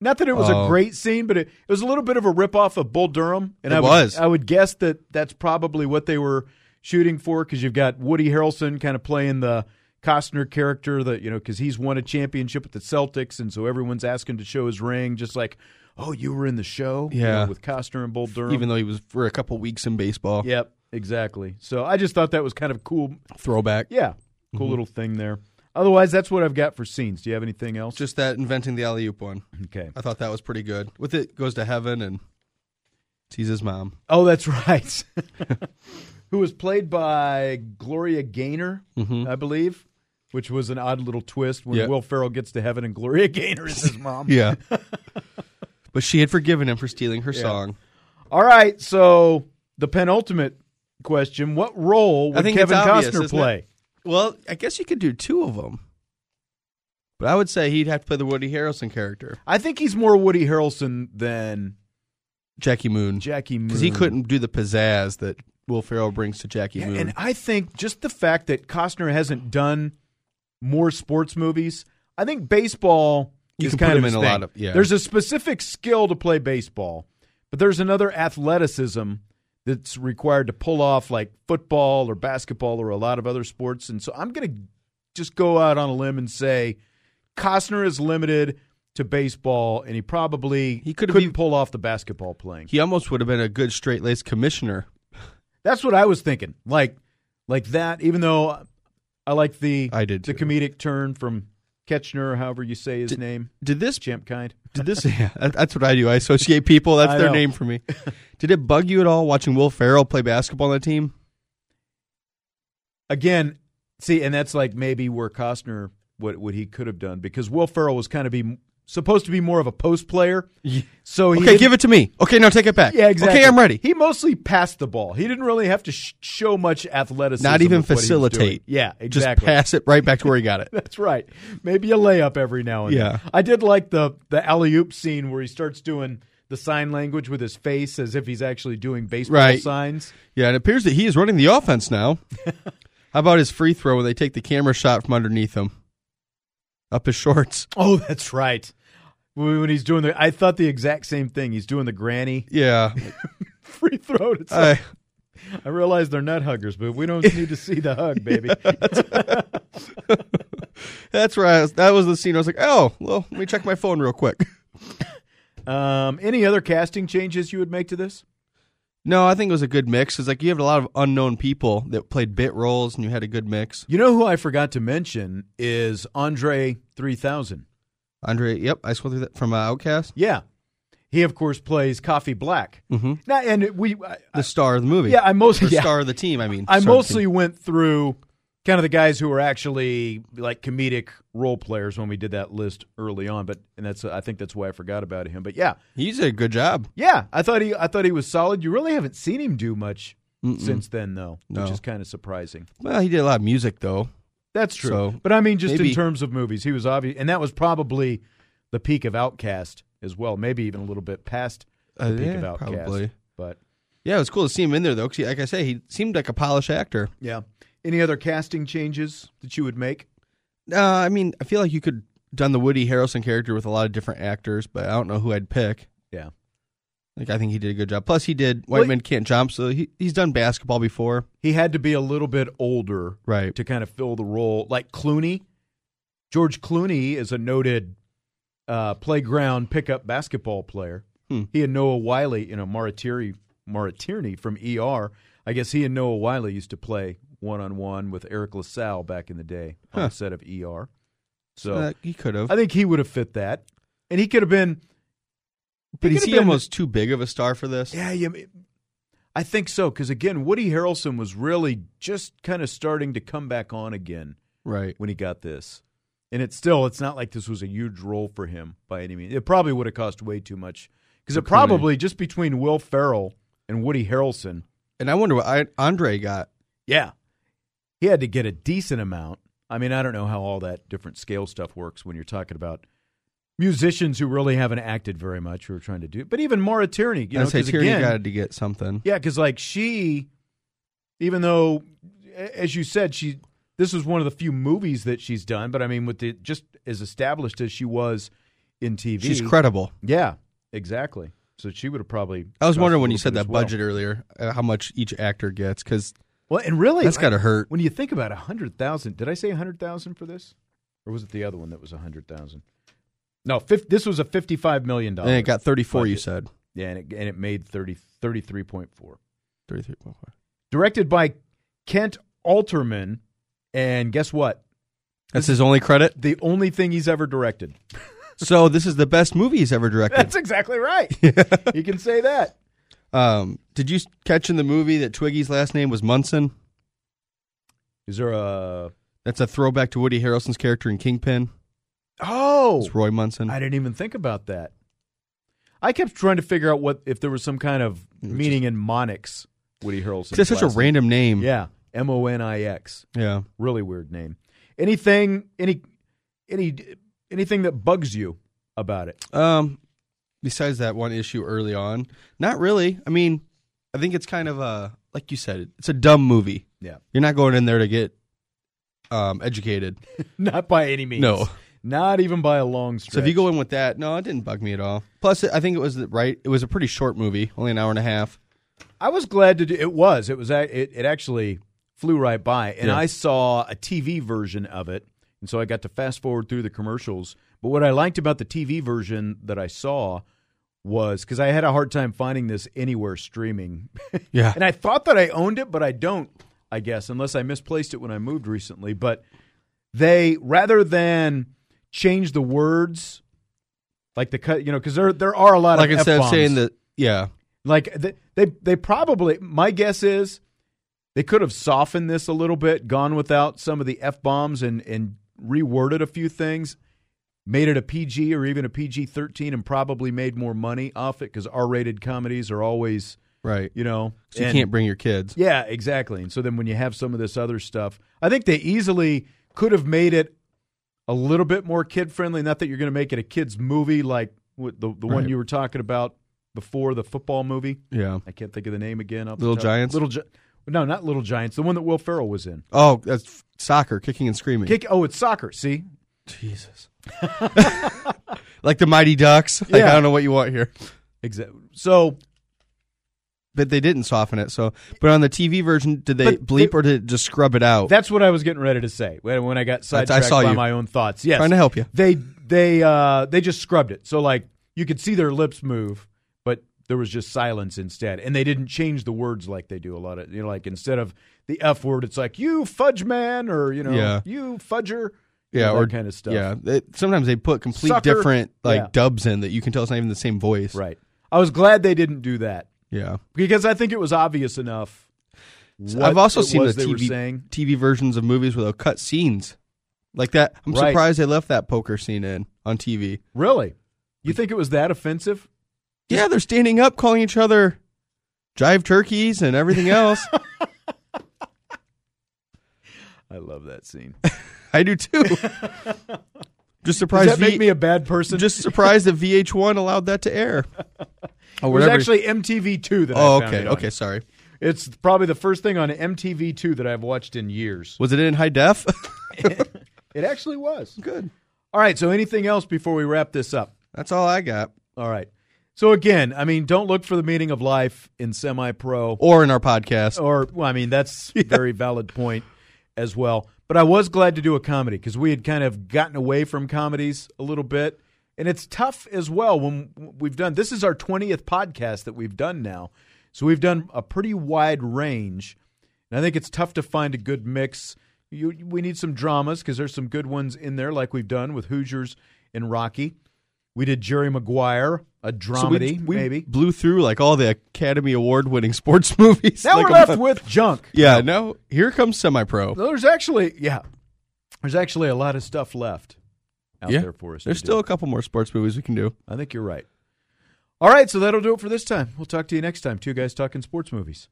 D: Not that it was a
E: Oh.
D: great scene, but it, it was a little bit of a ripoff of Bull Durham. And
E: It
D: I would,
E: was.
D: I would guess that that's probably what they were shooting for because you've got Woody Harrelson kind of playing the Costner character that you know because he's won a championship with the Celtics, and so everyone's asking to show his ring, just like, oh, you were in the show, you know,
E: Yeah.
D: with Costner and Bull Durham.
E: even though he was for a couple weeks in baseball.
D: yep, exactly. So I just thought that was kind of cool.
E: Throwback.
D: Yeah, cool
E: Mm-hmm.
D: little thing there. Otherwise, that's what I've got for scenes. Do you have anything else?
E: Just that inventing the alley oop one.
D: okay.
E: I thought that was pretty good. With it goes to heaven and sees his mom.
D: Oh, that's (laughs) right. Who was played by Gloria Gaynor, I believe, which was an odd little twist when
E: Mm-hmm. Yeah.
D: Will Ferrell gets to heaven and Gloria (laughs) Gaynor is his mom.
E: Yeah. (laughs) but she had forgiven him for stealing her song.
D: All right, so the penultimate question: What role would
E: I think
D: Kevin
E: it's obvious,
D: Costner
E: isn't
D: play?
E: it? Well, I guess you could do two of them. But I would say he'd have to play the Woody Harrelson character,
D: I think he's more Woody Harrelson than
E: Jackie Moon,
D: Jackie Moon
E: because he couldn't do the pizzazz that Will Ferrell brings to Jackie Moon.
D: And I think just the fact that Costner hasn't done more sports movies, I think baseball
E: You
D: is
E: can
D: kind
E: put
D: of
E: him
D: his
E: in a
D: thing.
E: lot of- yeah.
D: There's a specific skill to play baseball, but there's another athleticism that's required to pull off like football or basketball or a lot of other sports. And so I'm going to just go out on a limb and say Costner is limited to baseball, and he probably
E: He could
D: couldn't
E: be-
D: pull off the basketball playing.
E: he almost would have been a good straight laced commissioner.
D: That's what I was thinking. Like like that, even though I like the
E: I did
D: the
E: too.
D: comedic turn from Ketchner, or however you say his name.
E: Did this
D: Champ kind.
E: Did this? (laughs) Yeah, that- that's what I do. I associate people. That's
D: I
E: their
D: know.
E: name
D: (laughs)
E: for me. Did it bug you at all watching Will Ferrell play basketball on that team?
D: Again, see, and that's like maybe where Costner what what he could have done because Will Ferrell was kind of be supposed to be more of a post player. So he
E: Okay,
D: didn't-
E: give it to me. Okay, now take it
D: (laughs)
E: back.
D: yeah, exactly.
E: Okay, I'm ready.
D: He mostly passed the ball. He didn't really have to sh- show much athleticism.
E: Not even
D: with what he was doing.
E: facilitate.
D: Yeah,
E: Just
D: exactly.
E: pass it right back to where
D: (laughs)
E: he got it.
D: That's right. Maybe a layup every now and
E: Yeah.
D: then. I did like the the alley oop scene where he starts doing the sign language with his face as if he's actually doing baseball
E: Right.
D: signs.
E: Yeah, it appears that he is running the
D: (laughs)
E: offense now. How about his free throw when they take the camera shot from underneath him? Up his shorts.
D: Oh, that's right. When when he's doing the, I thought the exact same thing. He's doing the granny (laughs)
E: Yeah.
D: free throw. It's like,
E: I,
D: (laughs) I realize they're nut huggers, but we don't need to see the hug,
E: (laughs)
D: baby.
E: that's where I was, that was the scene. I was like, oh, well, let me check my phone real quick. (laughs)
D: um, any other casting changes you would make to this?
E: No, I think it was a good mix. It's like you had a lot of unknown people that played bit roles, and you had a good mix.
D: You know who I forgot to mention is Andre 3000.
E: Andre, yep, I scrolled through that from uh, Outcast,
D: Yeah. He, of course, plays Coffee Black. Mm-hmm. Now, and it- we, I,
E: the star of the movie.
D: Yeah, I mostly-
E: the
D: yeah.
E: star of the team. I mean,
D: I
E: star of the
D: mostly
E: team.
D: went through kind of the guys who were actually like comedic role players when we did that list early on, but and that's I think that's why I forgot about him. But yeah,
E: He did a good job.
D: yeah, I thought he I thought he was solid. You really haven't seen him do much since then, though, which
E: No.
D: is kind of surprising.
E: Well, he did a lot of music though.
D: That's true,
E: So,
D: but I mean, just in
E: maybe-
D: terms of movies, he was obvious, and that was probably the peak of Outcast as well, maybe even a little bit past the
E: Uh,
D: peak
E: yeah,
D: of Outcast.
E: probably.
D: But
E: Yeah, it was cool to see him in there though. 'cause he- like I say, he seemed like a polished actor.
D: yeah, any other casting changes that you would make?
E: Uh, I mean, I feel like you could done the Woody Harrelson character with a lot of different actors, but I don't know who I'd pick.
D: Yeah.
E: Like I think he did a good job. Plus, he did White
D: Well,
E: Men Can't Jump, so he, he's done basketball before.
D: he had to be a little bit older
E: Right.
D: to kind of fill the role like clooney george clooney is a noted uh, playground pickup basketball player
E: Hmm.
D: he and noah wiley you know Maritieri, Maritierney from er i guess he and noah wiley used to play one-on-one with eric lasalle back in the day on
E: Huh.
D: the set of er So
E: Uh, he could have.
D: I think he would have fit that, and he could have been.
E: But is
D: could've
E: he
D: been-
E: almost too big of a star for this?
D: Yeah, yeah. I think so because again, Woody Harrelson was really just kind of starting to come back on again
E: Right.
D: when he got this, and it's still it's not like this was a huge role for him by any means. It probably would have cost way too much because it probably just between Will Ferrell and Woody Harrelson,
E: And I wonder what I, Andre got.
D: yeah, he had to get a decent amount. I mean, I don't know how all that different scale stuff works when you're talking about musicians who really haven't acted very much who are trying to do. But even Mara Tierney, you
E: I'd
D: know,
E: say
D: 'cause
E: Tyrion
D: again,
E: got to get something.
D: yeah, because like she, even though, a- as you said, she this was one of the few movies that she's done. But I mean, with the just as established as she was in TV,
E: She's credible.
D: Yeah, exactly. So she would have probably.
E: I was
D: cost
E: wondering
D: a
E: when you
D: little
E: said
D: bit as
E: that
D: well.
E: budget earlier, uh, how much each actor gets, because
D: Well, and really,
E: That's gotta
D: I-
E: hurt.
D: When you think about a hundred thousand, did I say a hundred thousand for this, or was it the other one that was a hundred thousand? No, fif- this was a fifty-five million
E: and
D: dollars.
E: it got thirty four. You
D: Oh, budget.
E: said
D: yeah, and it, and it made 30, 33.4.
E: thirty three point four.
D: directed by Kent Alterman. And guess what?
E: That's
D: (laughs)
E: his only credit.
D: The only thing he's ever
E: (laughs)
D: directed.
E: So this is the best movie he's ever
D: (laughs)
E: directed.
D: That's exactly right. you can say that.
E: Um, did you s- catch in the movie that Twiggy's last name was Munson?
D: Is there a
E: That's a throwback to Woody Harrelson's character in Kingpin.
D: Oh,
E: It's Roy Munson.
D: I didn't even think about that. I kept trying to figure out what if there was some kind of meaning in Monix. Woody Harrelson.
E: It's such a random name.
D: Yeah, M O N I X.
E: Yeah.
D: Really weird name. Anything, any, any, anything that bugs you about it?
E: Um, besides that one issue early on, not really. I mean, I think it's kind of a like you said, it's a dumb movie.
D: Yeah,
E: You're not going in there to get um educated.
D: not by any means.
E: No.
D: not even by a long stretch.
E: So if you go in with that, no, it didn't bug me at all. Plus, I think it was the right. It was a pretty short movie, only an hour and a half.
D: I was glad to do it was it was a- it, it actually flew right by and
E: Yeah.
D: I saw a TV version of it and so I got to fast forward through the commercials but what I liked about the TV version that I saw was cuz I had a hard time finding this anywhere streaming (laughs)
E: Yeah.
D: and I thought that I owned it but I don't I guess unless I misplaced it when I moved recently but they rather than change the words like the cut you know cuz there there are a lot
E: Like
D: of
E: instead
D: F-bombs.
E: of saying that, yeah,
D: Like they, they, they probably. My guess is they could have softened this a little bit, gone without some of the f bombs, and and reworded a few things, made it a PG or even a PG thirteen, and probably made more money off it because R rated comedies are always,
E: right.
D: you know,
E: So you
D: and-
E: can't bring your kids.
D: yeah, exactly. And so then when you have some of this other stuff, I think they easily could have made it a little bit more kid friendly. Not that you're going to make it a kids movie like with the the one
E: Right.
D: you were talking about before, the football movie.
E: Yeah.
D: I can't think of the name again. off the
E: Little
D: top.
E: Giants?
D: Little Gi- No, not Little Giants. The one that Will Ferrell was in.
E: Oh, that's f- soccer, kicking and screaming.
D: Kick. Oh, it's soccer. See,
E: Jesus. like the Mighty Ducks. Like,
D: Yeah.
E: I don't know what you want here.
D: exactly. So
E: But they didn't soften it. So, but on the TV version, did they
D: But
E: bleep
D: they-
E: or did it just scrub it out?
D: That's what I was getting ready to say when, when I got sidetracked
E: saw
D: by
E: you.
D: my own thoughts. Yes,
E: Trying to help you.
D: They they uh, they just scrubbed it, so like you could see their lips move, but there was just silence instead, and they didn't change the words like they do a lot of you know, like instead of the f word, it's like you fudge man or you know
E: Yeah.
D: you fudger, you
E: yeah,
D: know,
E: or
D: that kind of stuff.
E: Yeah, They- sometimes they put complete
D: Sucker.
E: different like
D: Yeah.
E: dubs in that you can tell it's not even the same voice.
D: right. I was glad they didn't do that
E: Yeah,
D: because I think it was obvious enough. What
E: I've also
D: it
E: seen the
D: was they were
E: TV
D: saying.
E: TV versions of movies with cut scenes like that. I'm
D: Right.
E: surprised they left that poker scene in on TV.
D: Really, you think it was that offensive?
E: Yeah, they're standing up, calling each other jive turkeys and
D: (laughs)
E: everything else.
D: I love that
E: (laughs)
D: scene.
E: I do too. just
D: Does
E: surprised.
D: that make
E: V-
D: me a bad person?
E: (laughs) just surprised that VH1 allowed that to air. Oh,
D: It was actually MTV2 that
E: Oh,
D: I found
E: okay.
D: it on.
E: Okay, sorry.
D: It's probably the first thing on MTV2 that I've watched in years.
E: Was it in high def? (laughs)
D: It actually was.
E: Good.
D: All right, so anything else before we wrap this up?
E: That's all I got.
D: All right. So again, I mean, don't look for the meaning of life in semi-pro
E: Or in our podcast.
D: or well, I mean,
E: (laughs)
D: that's a very valid point as well. But I was glad to do a comedy because we had kind of gotten away from comedies a little bit. And it's tough as well when we've done this is our 20th podcast that we've done now. So we've done a pretty wide range. And I think it's tough to find a good mix You, we need some dramas because there's some good ones in there, like we've done with Hoosiers and Rocky. We did Jerry Maguire, a
E: So we-
D: dramedy,
E: we
D: maybe.
E: blew through like all the Academy Award winning (laughs) sports movies.
D: Now
E: like
D: we're
E: a
D: left
E: month.
D: with junk.
E: Yeah, no. Here comes semi pro.
D: There's actually, yeah, there's actually a lot of stuff left out
E: Yeah,
D: there for us. to
E: There's
D: do.
E: still a couple more sports movies we can do.
D: I think you're right. All right, so that'll do it for this time. We'll talk to you next time. Two guys talking sports movies.